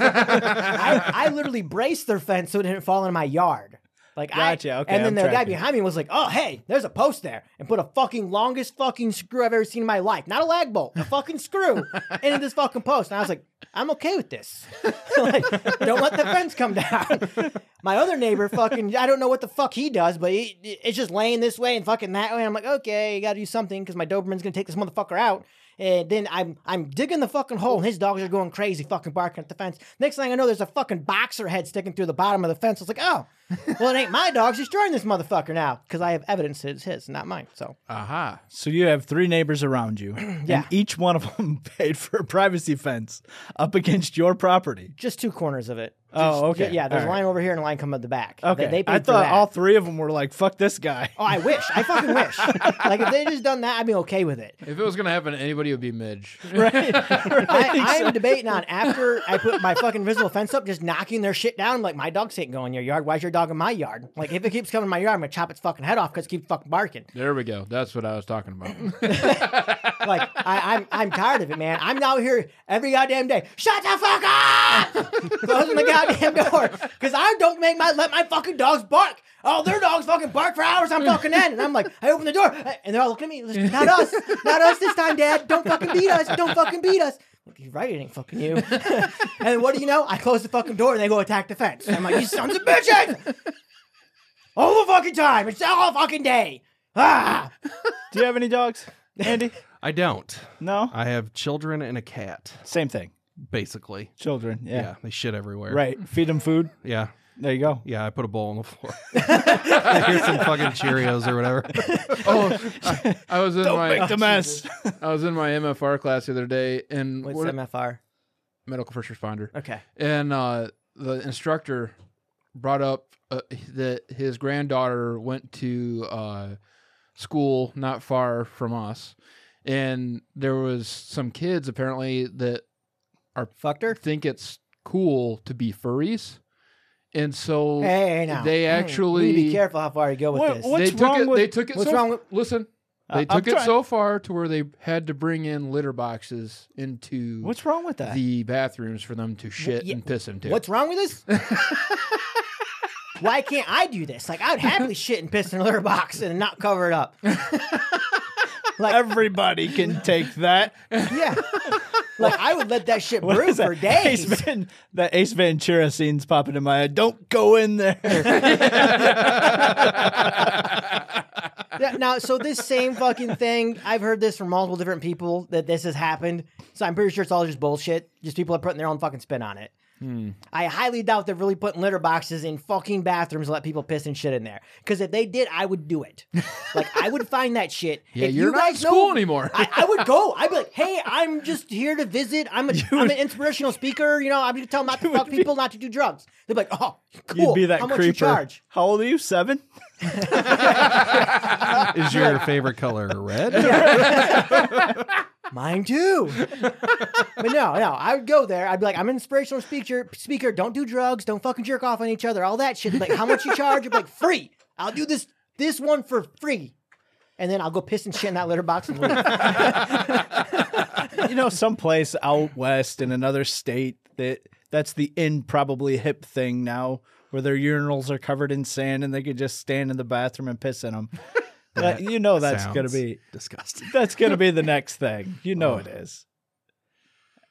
I, I literally braced their fence so it didn't fall in my yard. Like
Gotcha,
I,
okay,
and then
I'm
the guy
tracking.
behind me was like, "Oh, hey, there's a post there," and put a fucking longest fucking screw I've ever seen in my life. Not a lag bolt, a fucking screw into this fucking post. And I was like, "I'm okay with this. like, don't let the fence come down." my other neighbor, fucking, I don't know what the fuck he does, but he, it's just laying this way and fucking that way. I'm like, okay, you got to do something because my Doberman's gonna take this motherfucker out. And then I'm I'm digging the fucking hole, and his dogs are going crazy, fucking barking at the fence. Next thing I know, there's a fucking boxer head sticking through the bottom of the fence. I was like, oh, well, it ain't my dogs destroying this motherfucker now because I have evidence that it's his, not mine. So
Uh,
Aha.
So you have three neighbors around you,
Yeah.
and each one of them paid for a privacy fence up against your property.
just two corners of it.
Oh,
Just-
okay.
Yeah, there's
All
a
right.
line over here and a line coming up the back.
Okay,
They, they paid
I
for
thought
that.
all three of them were like, "Fuck this guy."
Oh, I wish. I fucking wish. like if they just done that, I'd be okay with it.
If it was gonna happen, to anybody it would be Midge.
I, I'm debating on after I put my fucking invisible fence up, just knocking their shit down. I'm like, my dogs ain't going in your yard. Why's your dog in my yard? Like, if it keeps coming in my yard, I'm gonna chop its fucking head off because it keeps fucking barking.
There we go. That's what I was talking about.
Like, I, I'm I'm tired of it, man. I'm out here every goddamn day. Shut the fuck up! Closing the goddamn door because I don't make my let my fucking dogs bark. Oh, their dogs fucking bark for hours. I'm fucking in, and I'm like, I open the door, uh, and they're all looking at me. Not us, not us this time, Dad. Don't fucking beat us. Don't fucking beat us. Like, You're right, it ain't fucking you. and what do you know? I close the fucking door and they go attack the fence. I'm like, you sons of bitches! All the fucking time. It's all fucking day. Ah!
Do you have any dogs, Andy?
I don't.
No.
I have children and a cat,
Same thing.
basically.
Children.
Yeah,
Yeah.
they shit everywhere.
Right. Feed them food.
Yeah.
There you go.
Yeah, I put a bowl on the floor. Here's some fucking Cheerios or whatever.
oh, I, I was in my
Make the mess.
I was in my MFR class the other day, and
What's
what-
MFR?
medical first responder.
Okay.
and uh, the instructor brought up uh, that his granddaughter went to uh, school not far from us, and there was some kids apparently that
Fucked her?
think it's cool to be furries, and so
Hey, hey, now.
they
You need to
actually
be careful how far you go with
What-
this.
what-
they
What's
took
wrong
it
with-
they took it
what's
so
wrong with-
listen.
I-
They
I'm
took it
trying-
so far to where they had to bring in litter boxes into
What's wrong with that?
the bathrooms for them to shit
yeah,
and piss into.
What's wrong with this? Why can't I do this? Like, I would happily shit and piss in a litter box and not cover it up.
Everybody can take that.
Yeah. like, I would let that shit
What
brew
is that?
for days.
Ace Van, that Ace Ventura scene's popping in my head. Don't go in there.
Yeah, now, so this same fucking thing, I've heard this from multiple different people that this has happened. So I'm pretty sure it's all just bullshit. Just people are putting their own fucking spin on it.
Hmm.
I highly doubt they're really putting litter boxes in fucking bathrooms to let people piss and shit in there. Because if they did, I would do it. Like I would find that shit.
Yeah,
If
you're
you
not in
guys
school
know-
anymore.
I, I would go. I'd be like, hey, I'm just here to visit. I'm, a, am an inspirational speaker. You know, I'm going to tell 'em not to fuck people, not to do drugs. They'd be like, oh, cool.
You'd be that
How much
creeper.
you charge?
How old are you? Seven?
Is your favorite color red?
Mine too. but no, no, I would go there. I'd be like, I'm an inspirational speaker. Speaker, don't do drugs, don't fucking jerk off on each other, all that shit. Like, how much you charge? I'd be like, free. I'll do this this one for free, and then I'll go piss and shit in that litter box and leave.
you know, someplace out west in another state that that's the in probably hip thing now, where their urinals are covered in sand and they could just stand in the bathroom and piss in them. That, you know that's gonna
Sounds
be
disgusting.
that's gonna be the next thing. You know it is.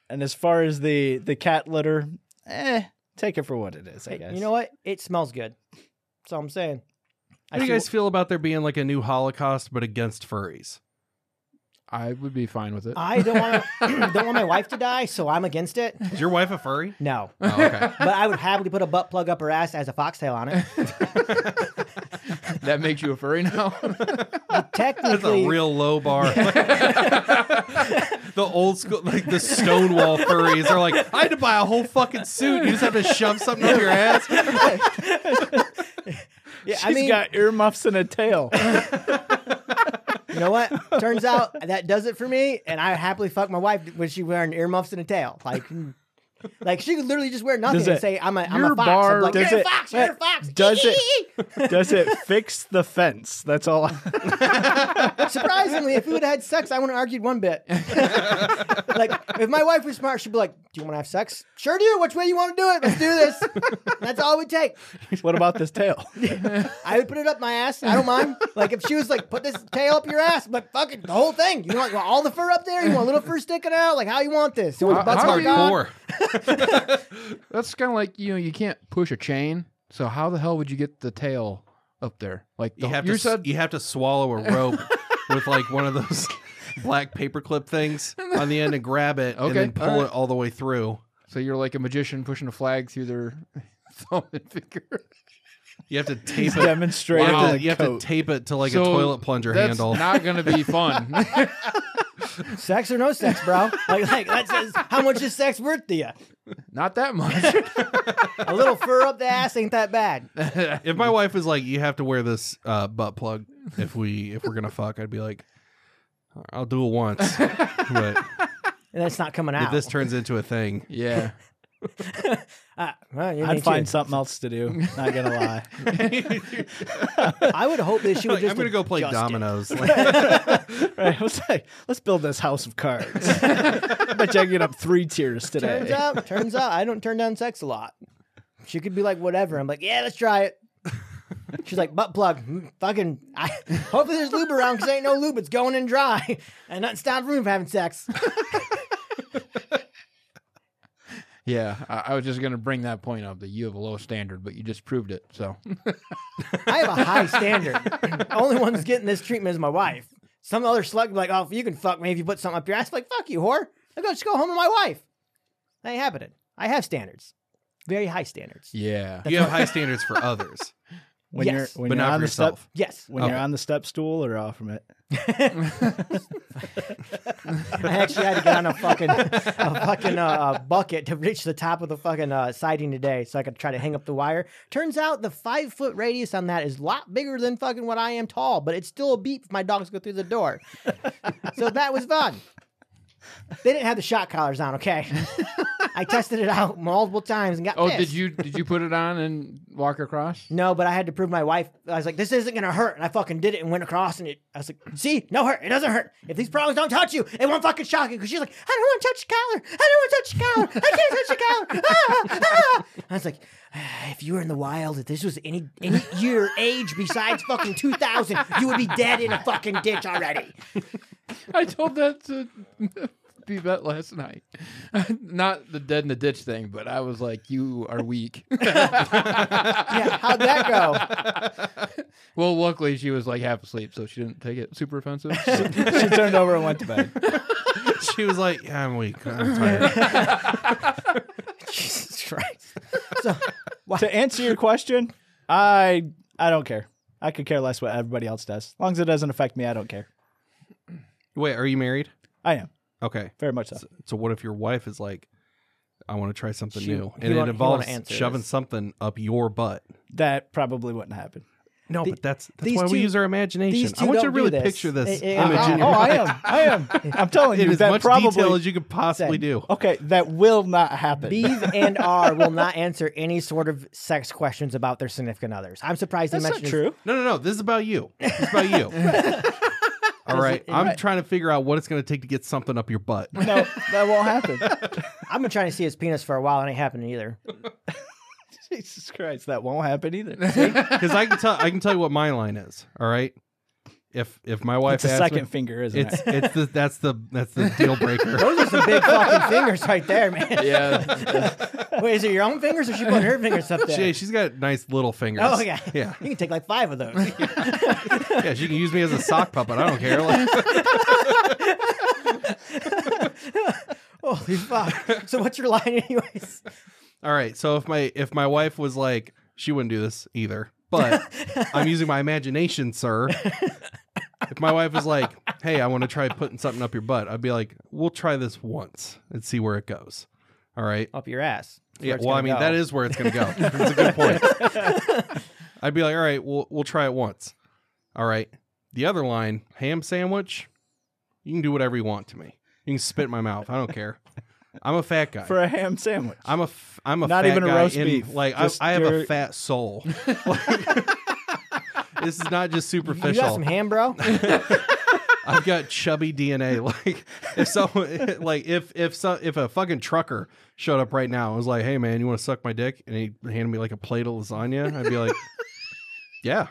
And as far as the the cat litter, eh, take it for what it is. I guess
You know what? It smells good. That's all I'm saying. I
How do
see
you guys feel about there being like a new Holocaust but against furries?
I would be fine with it.
I don't want don't want my wife to die, so I'm against it.
Is your wife a furry?
No,
Oh, okay.
but I would happily put a butt plug up her ass as a foxtail on it.
that makes you a furry now.
That's a
Technically,
real low bar. the old school, like the Stonewall furries are like, I had to buy a whole fucking suit. You just have to shove something up your ass.
Yeah,
She's
I mean,
got earmuffs and a tail.
you know what? Turns out that does it for me, and I happily fuck my wife when she wearing earmuffs and a tail. Like, like she could literally just wear nothing
Does
and
it-
say, "I'm a, I'm
your
a fox."
bar-
I'm like,
does
"You're a
it-
fox. You're a fox."
does it- Does it fix the fence? That's all. I-
Surprisingly, if we would have had sex, I wouldn't have argued one bit. like, if my wife was smart, she'd be like, "Do you want to have sex? Sure do. Which way you want to do it? Let's do this." That's all it would take.
what about this tail?
I would put it up my ass. I don't mind. Like if she was like, put this tail up your ass, but fuck it, the whole thing. You want, you want all the fur up there? You want a little fur sticking out? Like how you want this? You want
How-
butts
how
hard
do you-
on?
Four.
That's kind of like you know you can't push a chain. So how the hell would you get the tail up there? Like the,
You have
you
to s-
said,
you have to swallow a rope with like one of those black paperclip things on the end and grab it
Okay,
and then pull
all right.
it all the way through.
so you're like a magician pushing a flag through their thumb and finger.
You have to tape it. You
Demonstrate
have,
it
to,
with a
you have to
coat.
tape it to like
So
a toilet plunger
That's
handle.
not going to be fun.
Sex or no sex, bro? Like, like that's that's- how much is sex worth to you?
not that much.
A little fur up the ass ain't that bad.
if my wife was like, "You have to wear this uh, butt plug if we if we're gonna fuck," I'd be like, "I'll do it once." but
And that's not coming
if
out.
this turns into a thing,
yeah.
Uh, well, you
I'd
need
find
to.
something else to do. Not gonna lie.
I would hope that she would
like,
just.
I'm gonna go play
adjust it.
dominoes. Like,
Right, let's say, let's build this house of cards. I bet you I get up three tiers
Turns
today.
out, turns out, I don't turn down sex a lot. She could be like, whatever. I'm like, yeah, let's try it. She's like, butt plug, Mm, fucking. I, hopefully there's lube around because ain't no lube. It's going in dry, and nothing stopping me from having sex.
Yeah. I, I was just going to bring that point up that you have a low standard, but you just proved it. So
I have a high standard. Only one that's getting this treatment is my wife. Some other slug be like, oh, you can fuck me if you put something up your ass. like, fuck you, whore. I go just go home with my wife. That ain't happening. I have standards, very high standards.
yeah.
you have high standards for others,
When
Yes.
you're when
but
you're
not
on
for
the step
yourself. Oh.
Yes,
when you're on the step stool or off from it.
I actually had to get on a fucking a fucking uh, uh, bucket to reach the top of the fucking uh, siding today, so I could try to hang up the wire. Turns out the five foot radius on that is a lot bigger than fucking what I am tall, but it's still a beep if my dogs go through the door. so that was fun. They didn't have the shot collars on. Okay, I tested it out multiple times and got.
Oh,
pissed.
did you did you put it on and walk across?
No, but I had to prove my wife. I was like, this isn't gonna hurt, and I fucking did it and went across, and it. I was like, see, no hurt. It doesn't hurt. If these prongs don't touch you, it won't fucking shock you. Because she's like, I don't want to touch your collar. I don't want to touch your collar. I can't touch your collar. Ah, ah. I was like, "Ah, if you were in the wild, if this was any any year age besides fucking 2000, you would be dead in a fucking ditch already.
I told that to Bevette last night. Not the dead in the ditch thing, but I was like, you are weak.
Yeah, how'd that go?
well, luckily she was like half asleep, so she didn't take it super offensive.
She turned over and went to bed.
she was like, "Yeah, I'm weak. I'm tired."
Jesus Christ. So,
to answer your question, I I don't care. I could care less what everybody else does. As long as it doesn't affect me, I don't care.
Wait, are you married?
I am
Okay.
very much so.
So what if your wife is like, "I want to try something
She-
new,"
he
and
wanna-
it
he
involves
wanna answer
shoving
this.
something up your butt?
That probably wouldn't happen.
No, but that's that's
these
why we
two-
use our
these
imagination. I
two
want you to
don't do
really
this.
picture this
Eh, eh,
image
uh,
in
oh,
your
I
mind
am. I am. I'm telling
in
you
as
that
much detail
probably.
as you could possibly do.
Okay, that will not happen.
Beeve and R will not answer any sort of sex questions about their significant others. I'm surprised
That's
they
not
mentioned
true.
No, no, no. This is about you. This is about you. All right. I'm trying to figure out what it's going to take to get something up your butt.
No, that won't happen.
I've been trying to see his penis for a while, and it ain't happening either.
Jesus Christ, that won't happen either.
Because I can tell. I can tell you what my line is. All right. If if my wife
It's a
asks
second
me,
finger, isn't it?
it's it's the that's the that's the deal breaker.
Those are some big fucking fingers right there, man.
yeah.
Wait, is it your own fingers, or she put her fingers up there?
She, she's got nice little fingers.
Oh yeah,
yeah,
You can take like five of those.
yeah. She can use me as a sock puppet. I don't care. Like,
Holy fuck! So what's your line, anyways?
all right. So if my if my wife was like, she wouldn't do this either. But I'm using my imagination, sir. If my wife was like, "Hey, I want to try putting something up your butt," I'd be like, "We'll try this once and see where it goes." All right.
Up your ass. That's where
Yeah.
it's
Well, I
gonna
mean,
go.
that is where it's going to go. It's a good point. I'd be like, all right, we'll we'll try it once. All right. The other line, ham sandwich. You can do whatever you want to me. You can spit in my mouth. I don't care. I'm a fat guy.
for a ham sandwich.
I'm a f- I'm a
Not
fat
even a
guy
roast
in-
beef,
Like I,
just
I have a
your-
fat soul. this is not just
You got
superficial.
some ham, bro.
I've got chubby DNA. Like if someone like if if so, if a fucking trucker showed up right now and was like, "Hey man, you want to suck my dick?" and he handed me like a plate of lasagna, I'd be like, "Yeah,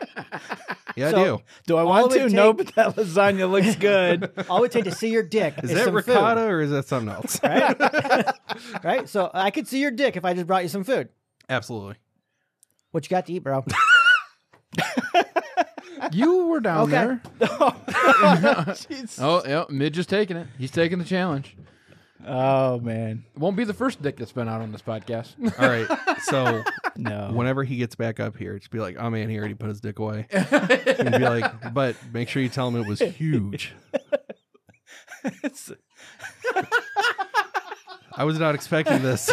yeah, I
So-
do."
Do I
All
want
it
to? No,
take-
but that lasagna looks good.
All it takes to see your dick is,
Is that
some
ricotta or is that something else?
food, right? So I could see your dick if I just brought you some food.
Absolutely.
What you got to eat, bro?
You were down
Okay.
there.
Jeez.
Oh, yeah, Midge is taking it. He's taking the challenge.
Oh man,
It won't be the first dick that's been out on this podcast.
All right. So
Oh.
no.
whenever he gets back up here, just be like, "Oh man, he already put his dick away," and be like, "But make sure you tell him it was huge.
It's-
I was not expecting this."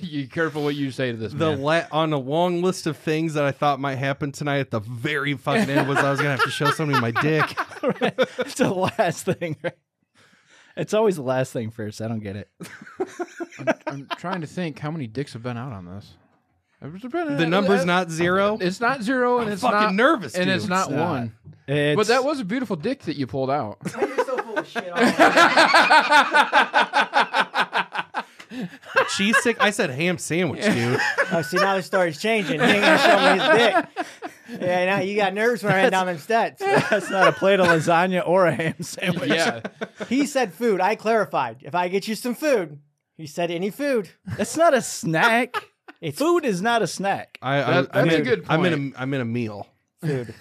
you careful what you say to this
The
man.
la- on a long list of things that I thought might happen tonight at the very fucking end was I was gonna have to show somebody my dick.
it's the last thing. Right? It's always the last thing first. I don't get it.
I'm trying to think how many dicks have been out on this. The
The number's not zero.
uh, It's not zero, and
I'm
it's not
fucking nervous,
and
dude.
it's not
It's not.
one.
It's,
But that was a beautiful dick that you pulled out.
You're so full of shit.
Cheese stick. I said ham sandwich, dude.
Oh, see now the story's changing. He ain't gonna show me his dick. Yeah, now you got nerves when I ran down them steps.
that's not a plate of lasagna or a ham sandwich.
yeah,
He said food. I clarified. If I get you some food, he said any food.
It's not a snack.
It's-
Food is not a snack.
I, I,
That-
I'm
that's a
in-
good
I'm in a I'm in a meal.
Food.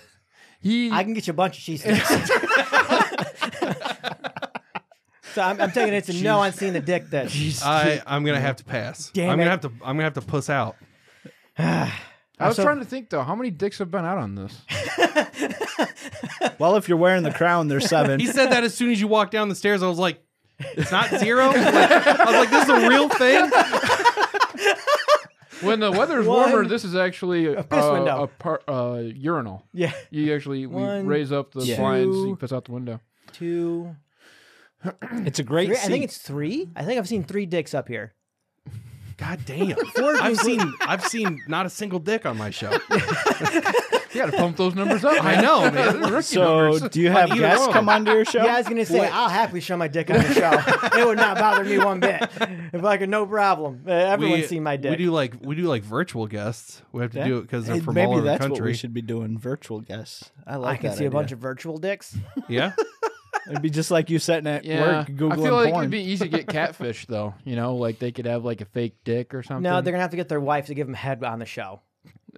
he.
I can get you a bunch of cheese sticks. so I'm, I'm taking it to no on seeing the dick then.
I I'm gonna have to pass.
Damn
I'm gonna
it.
have to I'm gonna have to puss out.
I was
so-
trying to think though, how many dicks have been out on this?
Well, if you're wearing the crown, there's seven.
He said that as soon as you walked down the stairs. I was like, it's not zero. Like, I was like, this is a real thing.
When the weather's
One-
warmer, this is actually a,
piss
uh,
window.
a par- uh, urinal.
Yeah.
You actually we
One,
raise up the
Yeah.
blinds, so you
two,
piss out the window.
Two.
it's a great.
Three, I think
seat.
it's three. I think I've seen three dicks up here.
God damn.
Four
I've
people-
seen I've seen not a single dick on my show.
You got to pump those numbers up.
I
man.
know, man.
Rookie
So,
numbers.
do you have
either
guests
one.
come onto your show?
Yeah, I was gonna say I'll happily show my dick on the show. it would not bother me one bit. If I could, no problem. Uh, Everyone's seen my dick.
We do like we do like virtual guests. We have to do it because they're
Hey,
from
Maybe
all over
that's
the
what we
country.
should be doing. Virtual guests. I
I
like.
can
that
see a
idea.
bunch of virtual dicks.
Yeah.
It'd be just like you sitting at
Yeah,
work googling
I feel like
porn.
it'd be easy to get catfish though. You know, like they could have like a fake dick or something.
No, they're gonna have to get their wife to give them head on the show.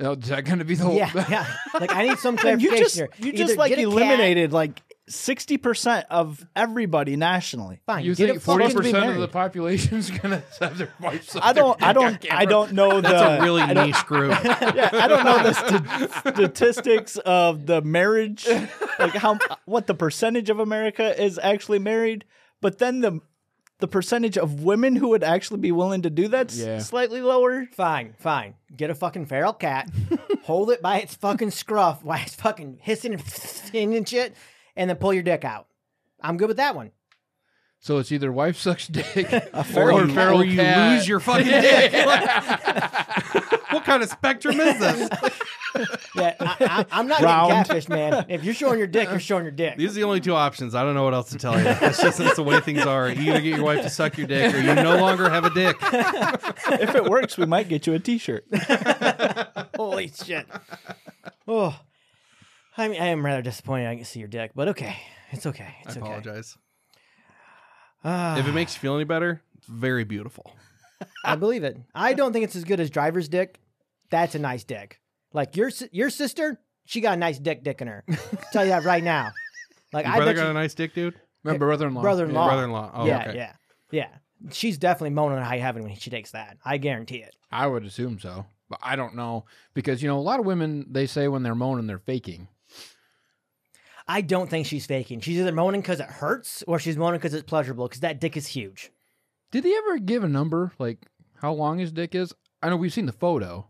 Oh, is that going to be the whole?
Yeah, yeah. Like I need some
And
clarification
you just
here.
you
Either
just like
get a cat-
eliminated like sixty percent of everybody nationally.
Fine,
You
get
think
a fucking-
forty
supposed to be
percent of the
married.
population's gonna have their wife? suck
I don't
their
I
dick on
don't I
camera?
don't know the
That's a really
Uh, I don't,
niche group.
yeah, I don't know the st- statistics of the marriage like how what the percentage of America is actually married, but then the the percentage of women who would actually be willing to do that's
Yeah.
slightly lower.
Fine, fine. Get a fucking feral cat, hold it by its fucking scruff while it's fucking hissing and, and shit, and then pull your dick out. I'm good with that one.
So it's either wife sucks dick
Or,
or
you-
feral
or you
cat.
lose your fucking dick. what kind of spectrum is this?
Yeah, I, I, I'm not
Round.
getting catfish, man. If you're showing your dick, you're showing your dick.
These are the only two options. I don't know what else to tell you. That's just that's the way things are. You either get your wife to suck your dick or you no longer have a dick.
If it works, we might get you a T-shirt.
Holy shit. Oh. I mean, I am rather disappointed I can see your dick, but okay. It's okay. It's
I
okay.
apologize.
Ah.
If it makes you feel any better, it's very beautiful.
I believe it. I don't think it's as good as driver's dick. That's a nice dick. Like your si- your sister, she got a nice dick dick in her. tell you that right now. Like
Your
I
brother
bet
got a
you,
nice dick, dude?
My brother-in-law.
Brother-in-law.
Brother in law. Oh,
yeah,
okay.
yeah, yeah. She's definitely moaning in high heaven when she takes that. I guarantee it.
Yeah, I would assume so, but I don't know because you know a lot of women they say when they're moaning they're faking.
I don't think she's faking. She's either moaning because it hurts or she's moaning because it's pleasurable. Because that dick is huge.
Did they ever give a number like how long his dick is? I know we've seen the photo,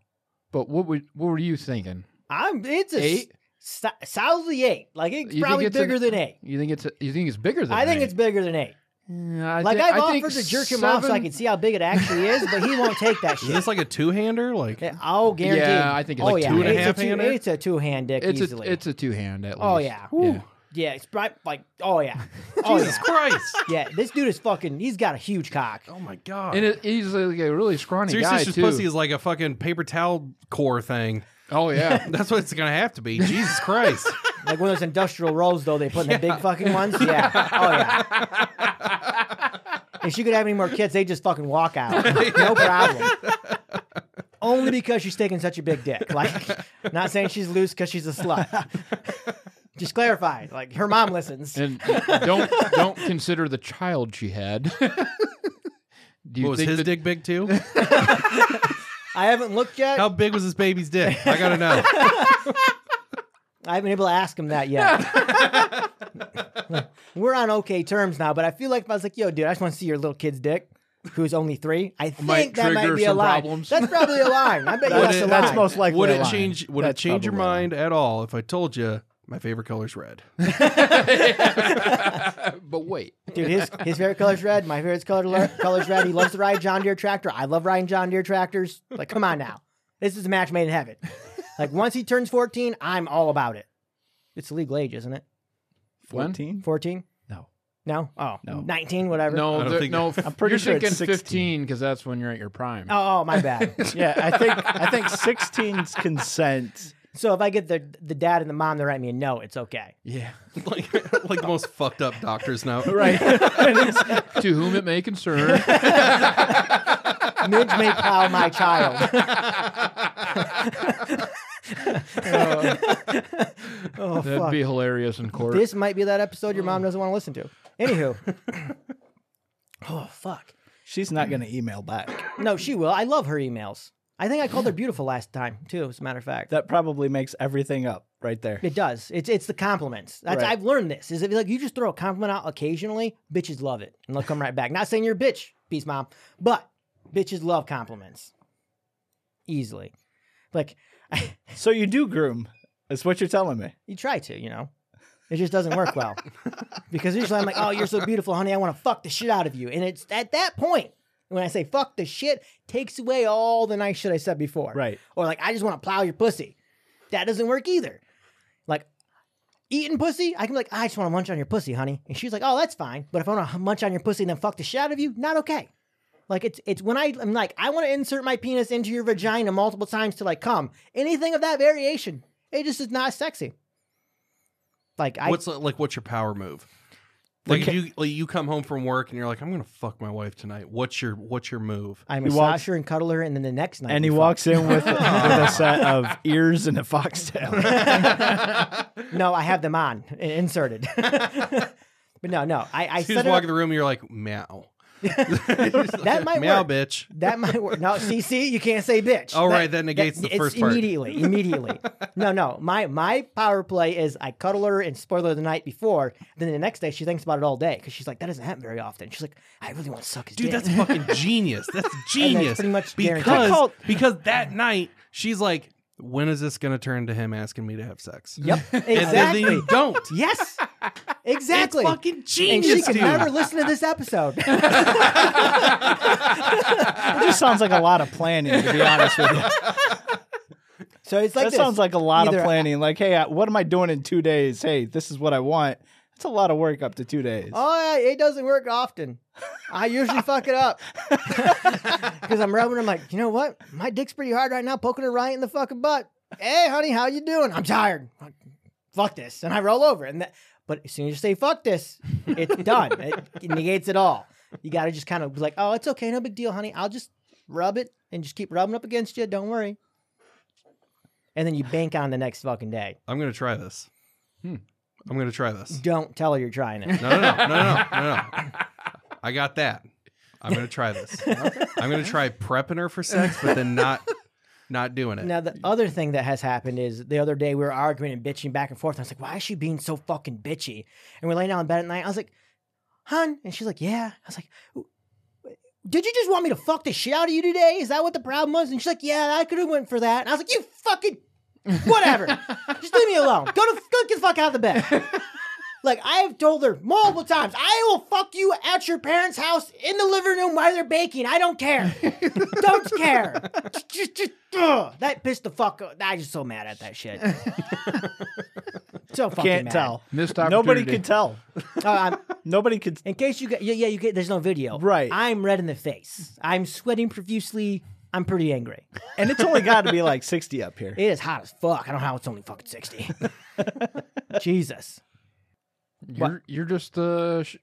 but what would what were you thinking?
I'm. It's a s-
Eight?
so- solidly eight. Like it's
You think
probably
it's
bigger
an-
than eight.
You think it's you think it's bigger than
I think
an
it's bigger than eight.
eight? Yeah, I
Like
thi-
I've
I think
offered to jerk him off so I
seven-
can see how big it actually is, but he won't take that
Is
shit.
this like a two hander? Like
Yeah, I'll guarantee.
Yeah, I think it's
oh,
like
yeah.
two and a
it's
half
two,
hander.
It's a two hand dick
It's
easily.
a it's a two hand at least.
oh yeah.
Yeah.
Yeah, it's right, like oh yeah. Oh
Jesus
yeah.
Christ!
Yeah, this dude is fucking he's got a huge cock.
Oh my god!
And it, he's like a really scrawny
So your
guy
sister's
too.
pussy is like a fucking paper towel core thing.
oh yeah.
That's what it's gonna have to be. Jesus Christ!
Like one of those industrial rolls though they put in the big fucking ones. Yeah. Oh yeah. if she could have any more kids, they just fucking walk out. No problem. Only because she's taking such a big dick. Like not saying she's loose because she's a slut. just clarified. Like her mom listens.
and don't don't consider the child she had. Do
What, was his
that-
dick big too?
I haven't looked yet.
How big was this baby's dick? I gotta know.
I haven't been able to ask him that yet. We're on okay terms now, but I feel like if I was like, yo, dude, I just want to see your little kid's dick, who's only three, I think
Might
that might
trigger
be a
some
lie.
problems.
That's probably a lie. I bet you
That's,
that's a lie.
that's most likely.
Would
a
it
lie.
change? Would
That's
it change your
probably a lie.
mind at all if I told you my favorite color is red?
But wait,
Dude, his, his favorite color's red. My favorite color color's red. He loves to ride John Deere tractor. I love riding John Deere tractors. Like, come on now. This is a match made in heaven. Like, once he turns 14, I'm all about it. It's the legal age, isn't it?
When?
14?
14?
No.
No? Oh,
No.
19, whatever.
no,
don't
there-
think-
no.
I'm pretty
you're
sure it's
thinking
16.
fifteen because that's when you're at your prime.
Oh, oh, my bad.
Yeah, I think I think 16's consent.
So if I get the the dad and the mom to write me a note, it's okay.
Yeah.
like, like the most fucked up doctor's note.
Right.
to whom it may concern.
Midge may plow my child. oh
That'd
fuck!
be hilarious in court.
This might be that episode your mom
Oh.
doesn't want to listen to. Anywho. oh fuck!
She's not going to email back.
No, she will. I love her emails. I think I called her beautiful last time too. As a matter of fact,
That probably makes everything up right there.
it does. It's it's the compliments. That's
Right.
I've learned this. Is if like you just throw a compliment out occasionally, bitches love it and they'll come right back. Not saying you're a bitch, peace mom, but bitches love compliments easily. Like
So you do groom. That's what you're telling me.
You try to, you know. It just doesn't work well. because usually I'm like, oh, you're so beautiful, honey. I want to fuck the shit out of you. And it's at that point when I say fuck the shit, takes away all the nice shit I said before.
Right.
Or like, I just want to plow your pussy. That doesn't work either. Like, eating pussy, I can be like, I just want to munch on your pussy, honey. And she's like, oh, that's fine. But if I want to munch on your pussy and then fuck the shit out of you, not okay. Like it's it's when I I'm like I want to insert my penis into your vagina multiple times till I come. Anything of that variation, it just is not sexy. Like I
What's like? What's your power move? Like if you like you come home from work and you're like, I'm gonna fuck my wife tonight. What's your what's your move?
I
He
massage
walks-
her and cuddle her, and then the next night
And
we
he
fuck.
walks in with, with a set of ears and a foxtail.
No, I have them on and inserted. but no, no, I I
She's
set it up-
walking the room. and You're like, meow.
that might
meow,
work.
bitch.
That might work. No, see, see, you can't say bitch.
Oh, right, that negates the
it's
first part.
Immediately, immediately. no, no. My my power play is I cuddle her and spoil her the night before. Then the next day, she thinks about it all day because she's like, that doesn't happen very often. She's like, I really want to suck his
Dude,
dick.
that's fucking genius. That's genius.
pretty much guaranteed. I
because
called-
because that night she's like, when is this gonna turn to him asking me to have sex?
yep,
And then
exactly.
you don't.
yes, exactly.
It's fucking
and she
genius,
can
dude.
never listen to this episode.
It just sounds like a lot of planning, to be honest with you.
so it's like
that
this.
sounds like a lot
Either
of planning. Like, hey, uh, what am I doing in two days? Hey, this is what I want. That's a lot of work up to two days.
Oh, yeah, it doesn't work often. I usually fuck it up because I'm rubbing. I'm like, you know what? My dick's pretty hard right now, poking her right in the fucking butt. Hey, honey, how you doing? I'm tired. Fuck- Fuck this, and I roll over. And that, but as soon as you say fuck this, it's done. it, it negates it all. You got to just kind of be like, oh, it's okay, no big deal, honey. I'll just rub it and just keep rubbing up against you. Don't worry. And then you bank on the next fucking day.
I'm gonna try this. Hmm. I'm gonna try this.
Don't tell her you're trying it.
No, no, no, no, no, no, no. I got that. I'm gonna try this. I'm gonna try prepping her for sex, but then not not doing it.
Now the other thing that has happened is the other day we were arguing and bitching back and forth. And I was like, "Why is she being so fucking bitchy?" And we're laying down in bed at night. I was like, "Hun," and she's like, "Yeah." I was like, "W- "Did you just want me to fuck the shit out of you today? Is that what the problem was?" And she's like, "Yeah, I could have went for that." And I was like, "You fucking Whatever. Just leave me alone. Go to go get the fuck out of the bed. Like I have told her multiple times, I will fuck you at your parents' house in the living room while they're baking. I don't care. don't care. Just, just, just, ugh. That pissed the fuck. Off. I just so mad at that shit. so fucking
Can't
mad.
tell.
Missed
Nobody
opportunity.
could tell.
Oh, I'm-
Nobody could.
in case you get, yeah, yeah, you get. There's no video.
Right.
I'm red in the face. I'm sweating profusely. I'm pretty angry.
And it's only got to be like 60 up here.
It is hot as fuck. I don't know how it's only fucking sixty. Jesus.
You're, you're just uh, sh-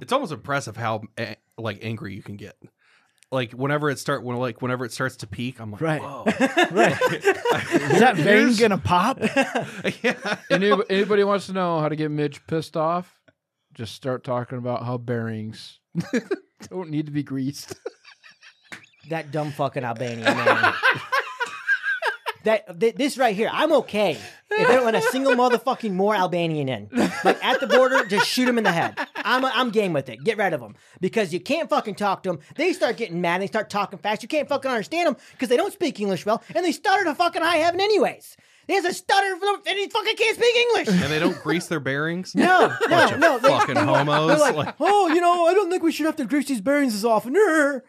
It's almost impressive how eh, like angry you can get. Like whenever it start when like whenever it starts to peak, I'm like,
Right.
whoa.
Right. Is that vein
Here's-
going to pop?
yeah.
Any, anybody wants to know how to get Midge pissed off? Just start talking about how bearings don't need to be greased.
That dumb fucking Albanian man. that th- this right here, I'm okay if they don't let a single motherfucking more Albanian in. Like at the border, just shoot him in the head. I'm I'm game with it. Get rid of them because you can't fucking talk to them. They start getting mad. They start talking fast. You can't fucking understand them because they don't speak English well, and they stutter to fucking high heaven anyways. He has a stutter, and he fucking can't speak English.
And they don't grease their bearings.
No, no,
of
no. They,
fucking
they want-
homos,
they're
like-
oh, you know, I don't think we should have to grease these bearings as often. Err.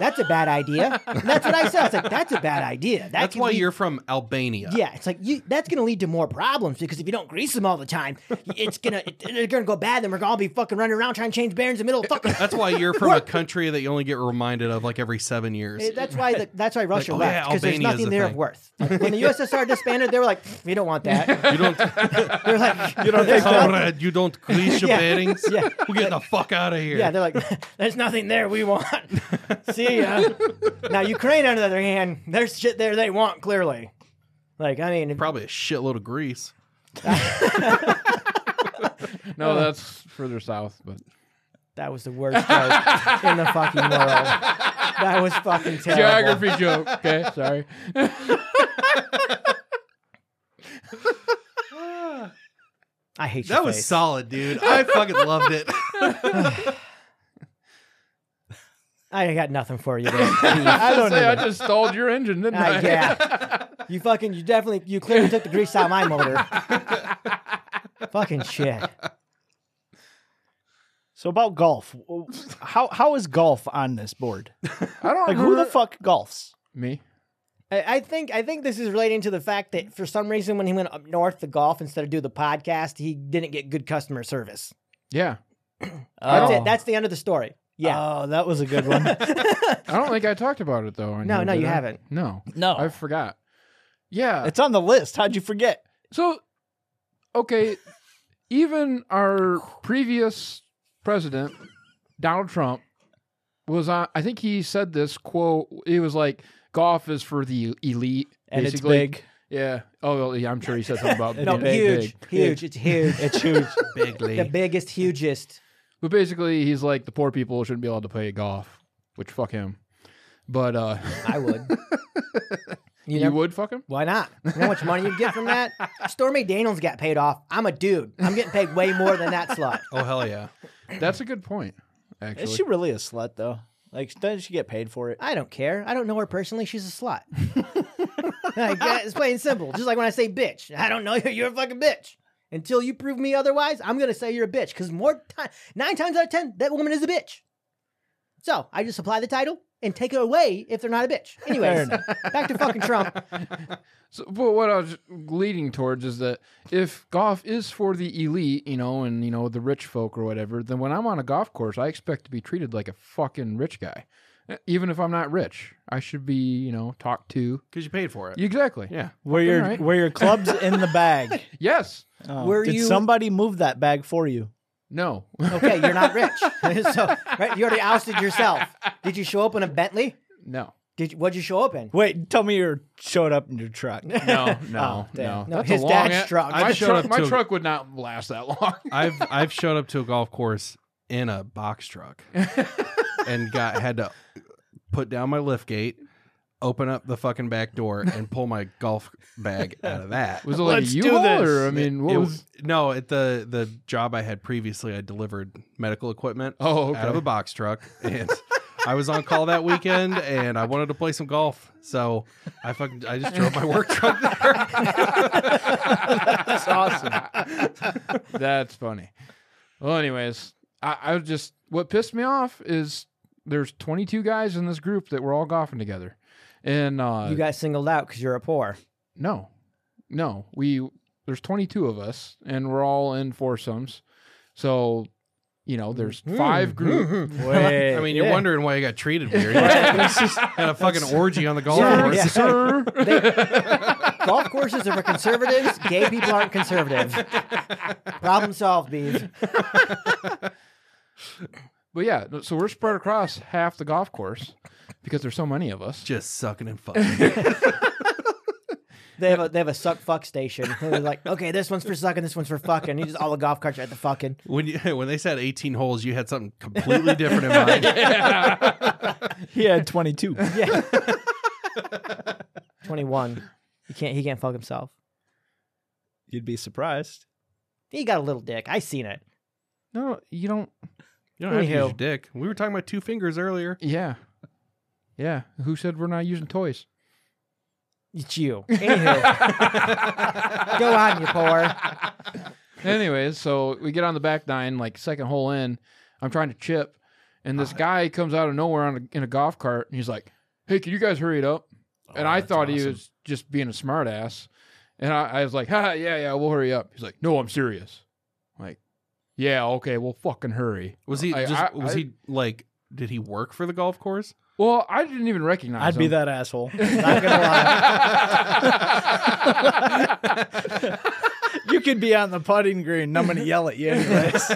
That's a bad idea. And that's what I said. I was like, that's a bad idea. That
That's
can
why
lead-
you're from Albania.
Yeah, it's like you. That's gonna lead to more problems because if you don't grease them all the time, it's gonna it, they're gonna go bad. Then we're gonna all be fucking running around trying to change bearings in the middle of fucking.
That's why you're from a country that you only get reminded of like every seven years.
Eh, That's why the, that's why Russia
oh,
left
yeah,
because there's
Albania is
nothing
a
there of
thing.
worth. Like, when the USSR disbanded, they were like, we don't want that.
you don't,
They're like, you
don't think so?
comrade, you don't grease your
Yeah.
bearings.
Yeah.
We're getting the fuck out of here.
Yeah, they're like, there's nothing there we want. See ya. now Ukraine, on the other hand, there's shit there they want clearly. Like, I mean,
Probably a shitload of grease.
Oh.
No, that's further south, but
that was the worst joke in the fucking world. That was fucking terrible.
geography joke. Okay, sorry.
I hate your
That was
face.
solid, dude. I fucking loved it.
I got nothing for you there.
I
don't
say, I
either.
just stalled your engine, didn't I?
Uh, yeah. You fucking, you definitely, you clearly took the grease out of my motor. fucking shit.
So about golf, how how is golf on this board?
I don't
Like
remember
who the
that-
fuck golfs?
Me.
I, I think I think this is relating to the fact that for some reason when he went up north to golf instead of do the podcast, he didn't get good customer service.
Yeah.
That's
Oh.
it. That's the end of the story. Yeah.
Oh, that was a good one.
I don't think I talked about it though. on
No,
here,
no,
did
you
I?
haven't.
No,
No.
I forgot. Yeah.
it's on the list. How'd you forget?
So, okay, even our previous president, Donald Trump, was on. I think he said this quote. It was like, "Golf is for the elite."
And
basically.
it's big.
Yeah. Oh, well, yeah, I'm sure he said something about
No,
being
big,
huge, huge. It's huge.
It's huge.
the biggest, hugest.
But basically, he's like, the poor people shouldn't be allowed to play golf, which fuck him. But uh,
I would. You,
you
know,
would fuck him.
why not? You know how much money you get from that? Stormy Daniels got paid off. I'm a dude. I'm getting paid way more than that slut.
Oh hell yeah.
That's a good point. Actually,
is she really a slut though? Like doesn't she get paid for it?
I don't care. I don't know her personally. She's a slut. Like, uh, it's plain and simple. Just like when I say bitch, I don't know you. You're a fucking bitch. Until you prove me otherwise, I'm gonna say you're a bitch. Because more time, nine times out of ten, that woman is a bitch. So I just apply the title and take it away if they're not a bitch. Anyways, back to fucking Trump.
So, but what I was leading towards is that if golf is for the elite, you know, and you know the rich folk or whatever, then when I'm on a golf course, I expect to be treated like a fucking rich guy, Uh, even if I'm not rich. I should be, you know, talked to.
Because you paid for it.
Exactly.
yeah.
Were your
Alright.
were your clubs in the bag?
Yes.
Oh,
Were
did
you-
somebody move that bag for you?
No.
Okay, you're not rich. so right, you already ousted yourself. Did you show up in a Bentley?
no.
Did you, what'd you show up in?
Wait, tell me you showed up in your truck.
No. No.
damn.
no.
Oh, No,
That's
his
a long
dad's
a-
truck.
My,
I showed
truck,
up
my
to a-
truck would not last that long.
I've I've showed up to a golf course in a box truck and got had to put down my lift gate, open up the fucking back door, and pull my golf bag out of that.
Was it like
Let's
a
do
U-Haul
this.
or I mean, what
It-
was?
no at the the job I had previously I delivered medical equipment
Oh, okay.
out of a box truck and I was on call that weekend and I wanted to play some golf. So I fucking I just drove my work truck there.
That's awesome. That's funny. Well, anyways, I, I was just what pissed me off is there's 22 guys in this group that were all golfing together, and uh,
you got singled out because you're a poor.
no, no, we there's 22 of us and we're all in foursomes, so you know there's five group.
I mean, you're
yeah.
wondering why you got treated weird. You had a fucking orgy on the golf
Yeah.
course.
Yeah.
Sir,
Golf courses are for conservatives. Gay people aren't conservative. Problem solved, Beav.
but yeah, so we're spread across half the golf course because there's so many of us.
Just sucking and fucking.
They have a they have a suck fuck station. They're like, okay, this one's for sucking, this one's for fucking. You just all the golf carts are at the fucking.
When you when they said 18 holes, you had something completely different in mind.
He had 22.
Yeah. Twenty one. He can't he can't fuck himself.
You'd be surprised.
He got a little dick. I seen it.
No, you don't.
You don't have to use
Anyhow.
your dick. We were talking about two fingers earlier.
Yeah, yeah. Who said we're not using toys?
It's you. Anywho. Go on, you poor.
Anyways, so we get on the back nine, like second hole in. I'm trying to chip, and this guy comes out of nowhere on a, in a golf cart, and he's like, "Hey, can you guys hurry it up?" and I
that's
thought he
awesome.
was just being a smartass, and I, I was like, "Ha, yeah, yeah, we'll hurry up." He's like, "No, I'm serious." I'm like, yeah, okay, we'll fucking hurry.
Was he
I-
just
I-
was
I-
he like did he work for the golf course?
Well, I didn't even recognize.
I'd be
him.
that asshole.
Not gonna lie.
you could be on the putting green. and I'm going to yell at you anyways.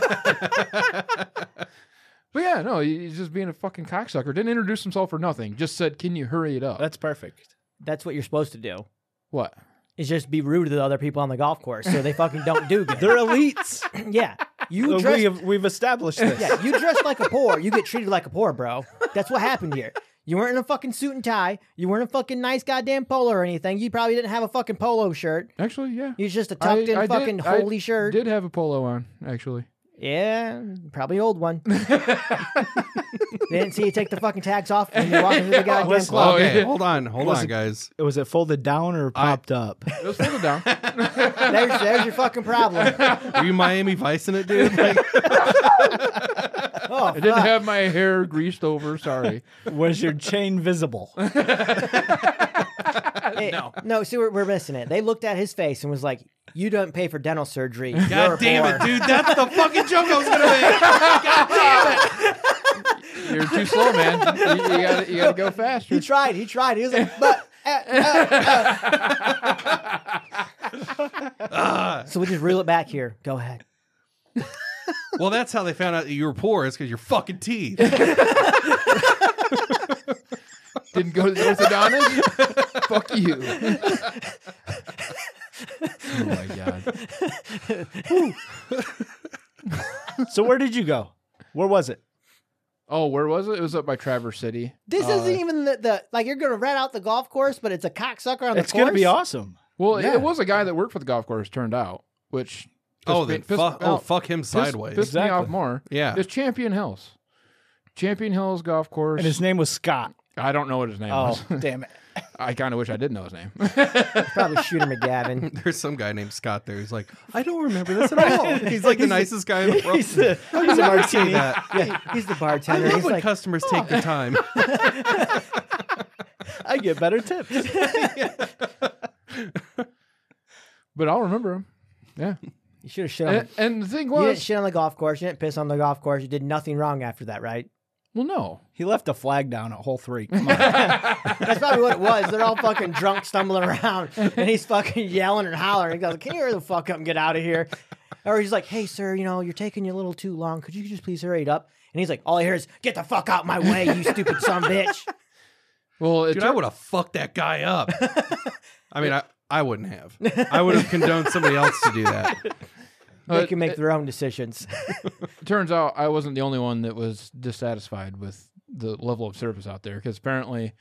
But yeah, no, he- he's just being a fucking cocksucker. Didn't introduce himself or nothing. Just said, "Can you hurry it up?"
That's perfect.
That's what you're supposed to do.
what.
Is just be rude to the other people on the golf course so they fucking don't do good.
They're elites.
yeah. You
Look,
dress
we have, we've established this.
Yeah, you dress like a poor, you get treated like a poor, bro. That's what happened here. You weren't in a fucking suit and tie. You weren't a fucking nice goddamn polo or anything. You probably didn't have a fucking polo shirt.
Actually, yeah.
You was just a tucked in
I did-
fucking
I
holy shirt.
Did have a polo on actually.
Yeah, probably old one. they didn't see you take the fucking tags off when you walk into the goddamn
Let's
club.
okay,
Oh, yeah.
hold on, hold on, guys.
Was it folded down or popped up?
It was folded down.
There's, there's your fucking problem.
Were you Miami Vicing it, dude? Like,
Oh,
I didn't
fuck.
have my hair greased over. Sorry.
Was your chain visible?
Hey, no. see, we're, we're missing it. They looked at his face and was like, you don't pay for dental surgery.
God damn it, dude! That's the fucking joke I was gonna make.
You're too slow, man. You, you gotta, you gotta go faster.
He tried. He tried. He was like, but. uh, uh, uh." so we just reel it back here. Go ahead.
Well, that's how they found out that you were poor. Is because your fucking teeth.
Didn't go to the orthodontist. Fuck you. oh my god.
so where did you go? Where was it?
Oh, where was it? It was up by Traverse City. Uh,
This isn't even the, the like you're gonna rent out the golf course, but it's a cocksucker on the
It's going to be
course?
awesome.
Well, it- it was a guy that worked for the golf course. Turned out, which pissed
oh,
me-
then
pissed
fuck.
me
Oh,
off.
fuck him
Pissed-
sideways.
Pissed me off
Exactly.
more.
yeah.
It's Champion Hills. Champion Hills Golf Course.
And his name was Scott.
I don't know what his name
Oh,
was.
damn it.
I kind of wish I did know his name.
Probably shooter McGavin.
There's some guy named Scott there. He's like, I don't remember this at all. He's like the nicest guy in the world.
He's a,
I
he's a
never say
martini.
that.
Yeah, he's the
I
bartender.
love
He's
when
like,
customers take the time.
I get better tips.
but I'll remember him. Yeah.
you should have shit on.
And, and the thing
You didn't
was,
shit on the golf course. You didn't piss on the golf course. You did nothing wrong after that, right?
well, no.
He left a flag down at hole three. Come on.
That's probably what it was. They're all fucking drunk, stumbling around, and he's fucking yelling and hollering. He goes, "Can you hurry the fuck up and get out of here?" Or he's like, "Hey, sir, you know you're taking you a little too long. Could you just please hurry it up?" And he's like, "All I hear is get the fuck out my way, you stupid son of a bitch."
Well, it
Dude, I
tur-
would have fucked that guy up. I mean, I, I wouldn't have. I would have condoned somebody else to do that.
They can make their own decisions.
it turns out I wasn't the only one that was dissatisfied with the level of service out there because apparently,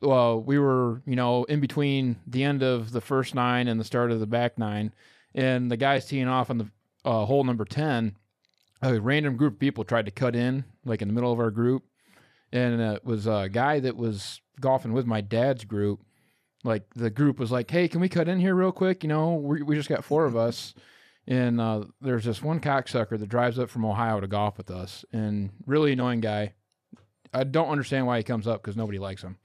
well, we were you know in between the end of the first nine and the start of the back nine, and the guys teeing off on the uh, hole number ten, a random group of people tried to cut in like in the middle of our group, and uh, it was a guy that was golfing with my dad's group. Like the group was like, "Hey, can we cut in here real quick? You know, we we just got four of us." And uh, there's this one cocksucker that drives up from Ohio to golf with us, and really annoying guy. I don't understand why he comes up because nobody likes him.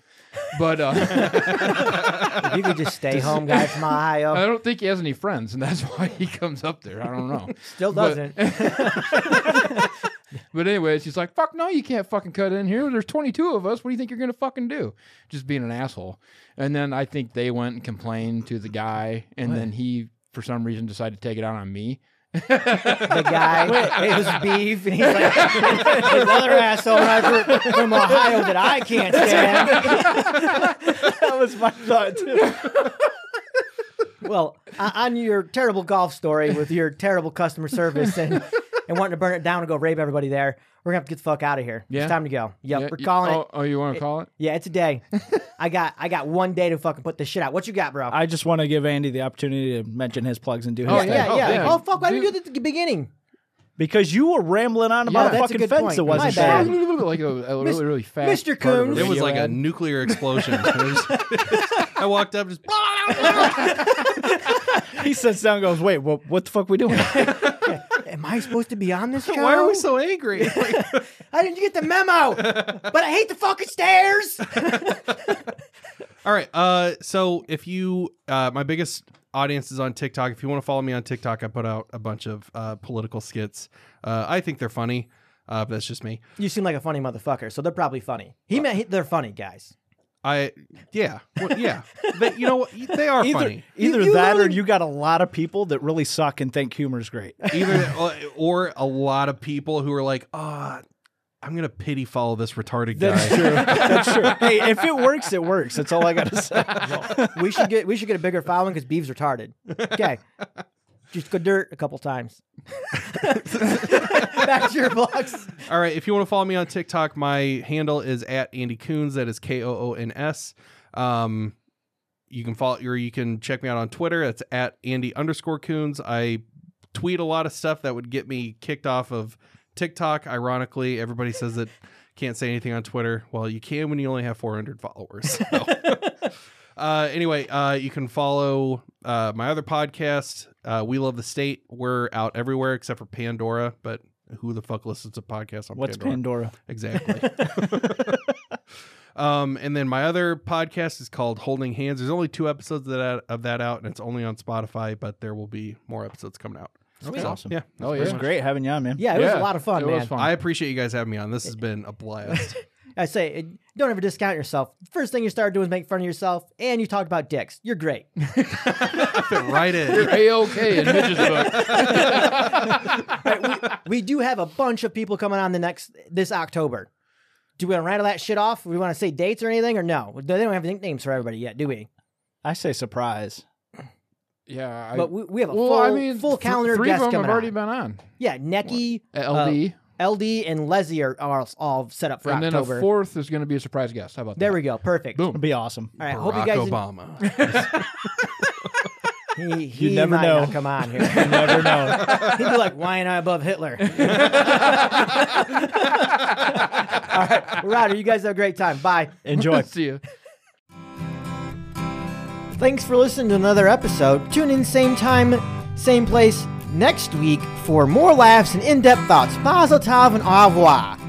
But uh,
If you could just stay home, guy from oh,
I
Ohio.
don't think he has any friends, and that's why he comes up there. I don't know.
Still
but-
doesn't.
But anyways, she's like, "Fuck no, you can't fucking cut in here. There's 22 of us. What do you think you're gonna fucking do?" Just being an asshole. And then I think they went and complained to the guy, and then he, for some reason, decided to take it out on me.
the guy. it was beef, and he's like this other asshole right from, from Ohio that I can't stand.
that was my thought too.
Well, o- on your terrible golf story with your terrible customer service and and wanting to burn it down and go rape everybody there, we're gonna have to get the fuck out of here.
Yeah.
It's time to go. Yep,
Yeah,
we're
you-
calling
oh,
it.
Oh, you want to call it?
Yeah, it's a day. I got I got one day to fucking put this shit out. What you got, bro?
I just want to give Andy the opportunity to mention his plugs and do his
Oh,
thing.
yeah,
oh,
yeah.
yeah.
Oh fuck! Why didn't you do that at the beginning?
Because you were rambling on
Yeah,
about
that's
a
a
fucking
good
fence
point.
that
My
wasn't
bad.
there.
Like a, a
Mis-
really, really fast.
Mr.
part of a
Coons.
It was
radio
like a
ad.
nuclear explosion. It was- I walked up just
He sits down and goes, Wait, what, what the fuck we doing?
Am I supposed to be on this show?
why are we so angry?
I didn't get the memo. but I hate the fucking stairs.
All right. Uh, so if you, uh, my biggest audience is on TikTok. If you want to follow me on TikTok, I put out a bunch of uh, political skits. Uh, I think they're funny. Uh, but that's just me.
You seem like a funny motherfucker, so they're probably funny. He meant he- they're funny guys.
I, yeah, well, yeah. But you know what? They are
Either,
funny.
either
You- you
that or
literally-
you got a lot of people that really suck and think humor's great.
Either uh, or a lot of people who are like, ah, I'm gonna pity follow this retarded guy.
That's true. That's true. Hey, if it works, it works. That's all I got to say.
We should get we should get a bigger following because Beeves retarded. Okay, just go dirt a couple times. Back to your vlogs.
All right. If you want to follow me on TikTok, my handle is at Andy Coons. That is K O O N S. Um, you can follow or you can check me out on Twitter. It's at Andy underscore Coons. I tweet a lot of stuff that would get me kicked off of TikTok. Ironically, everybody says that can't say anything on Twitter. Well, you can when you only have 400 followers. So. Uh, anyway, uh, you can follow uh, my other podcast, uh, We Love the State. We're out everywhere except for Pandora, but who the fuck listens to podcasts on
What's Pandora?
Pandora? Exactly. um, and then my other podcast is called Holding Hands. There's only two episodes of that, of that out, and it's only on Spotify, but there will be more episodes coming out.
That's awesome.
Yeah.
Oh
It was
yeah.
great having you on, man.
Yeah, it was
Yeah,
a lot of fun,
it
man.
was fun.
I appreciate you guys having me on. This has been a blast.
I say, uh, don't ever discount yourself. First thing you start doing is make fun of yourself, and you talk about dicks. You're great.
Fit right in.
A okay in Midge's book.
we do have a bunch of people coming on the next this October. Do we want to rattle that shit off? We want to say dates or anything, or no? They don't have nicknames for everybody yet, do we?
I say surprise.
Yeah. I,
But we, we have a
well,
full,
I mean,
full
th-
calendar of
Three of
guests
them
coming
have already
on.
been on.
yeah, Necky,
LD,
uh, LD, and Leslie are, are all set up for
and then
Oh, October.
a fourth is going to be a surprise guest. How about
there
that?
we go. Perfect.
Boom.
It'd be awesome.
All right,
Barack
hope you guys.
Obama.
He, he
never
might
know.
Not come on
You
here.
never know.
He'd be like, "Why am I above Hitler?" all right, we're out. of here. You guys have a great time. Bye.
Enjoy.
See you.
Thanks for listening to another episode. Tune in same time, same place next week for more laughs and in-depth thoughts. Mazel tov and au revoir.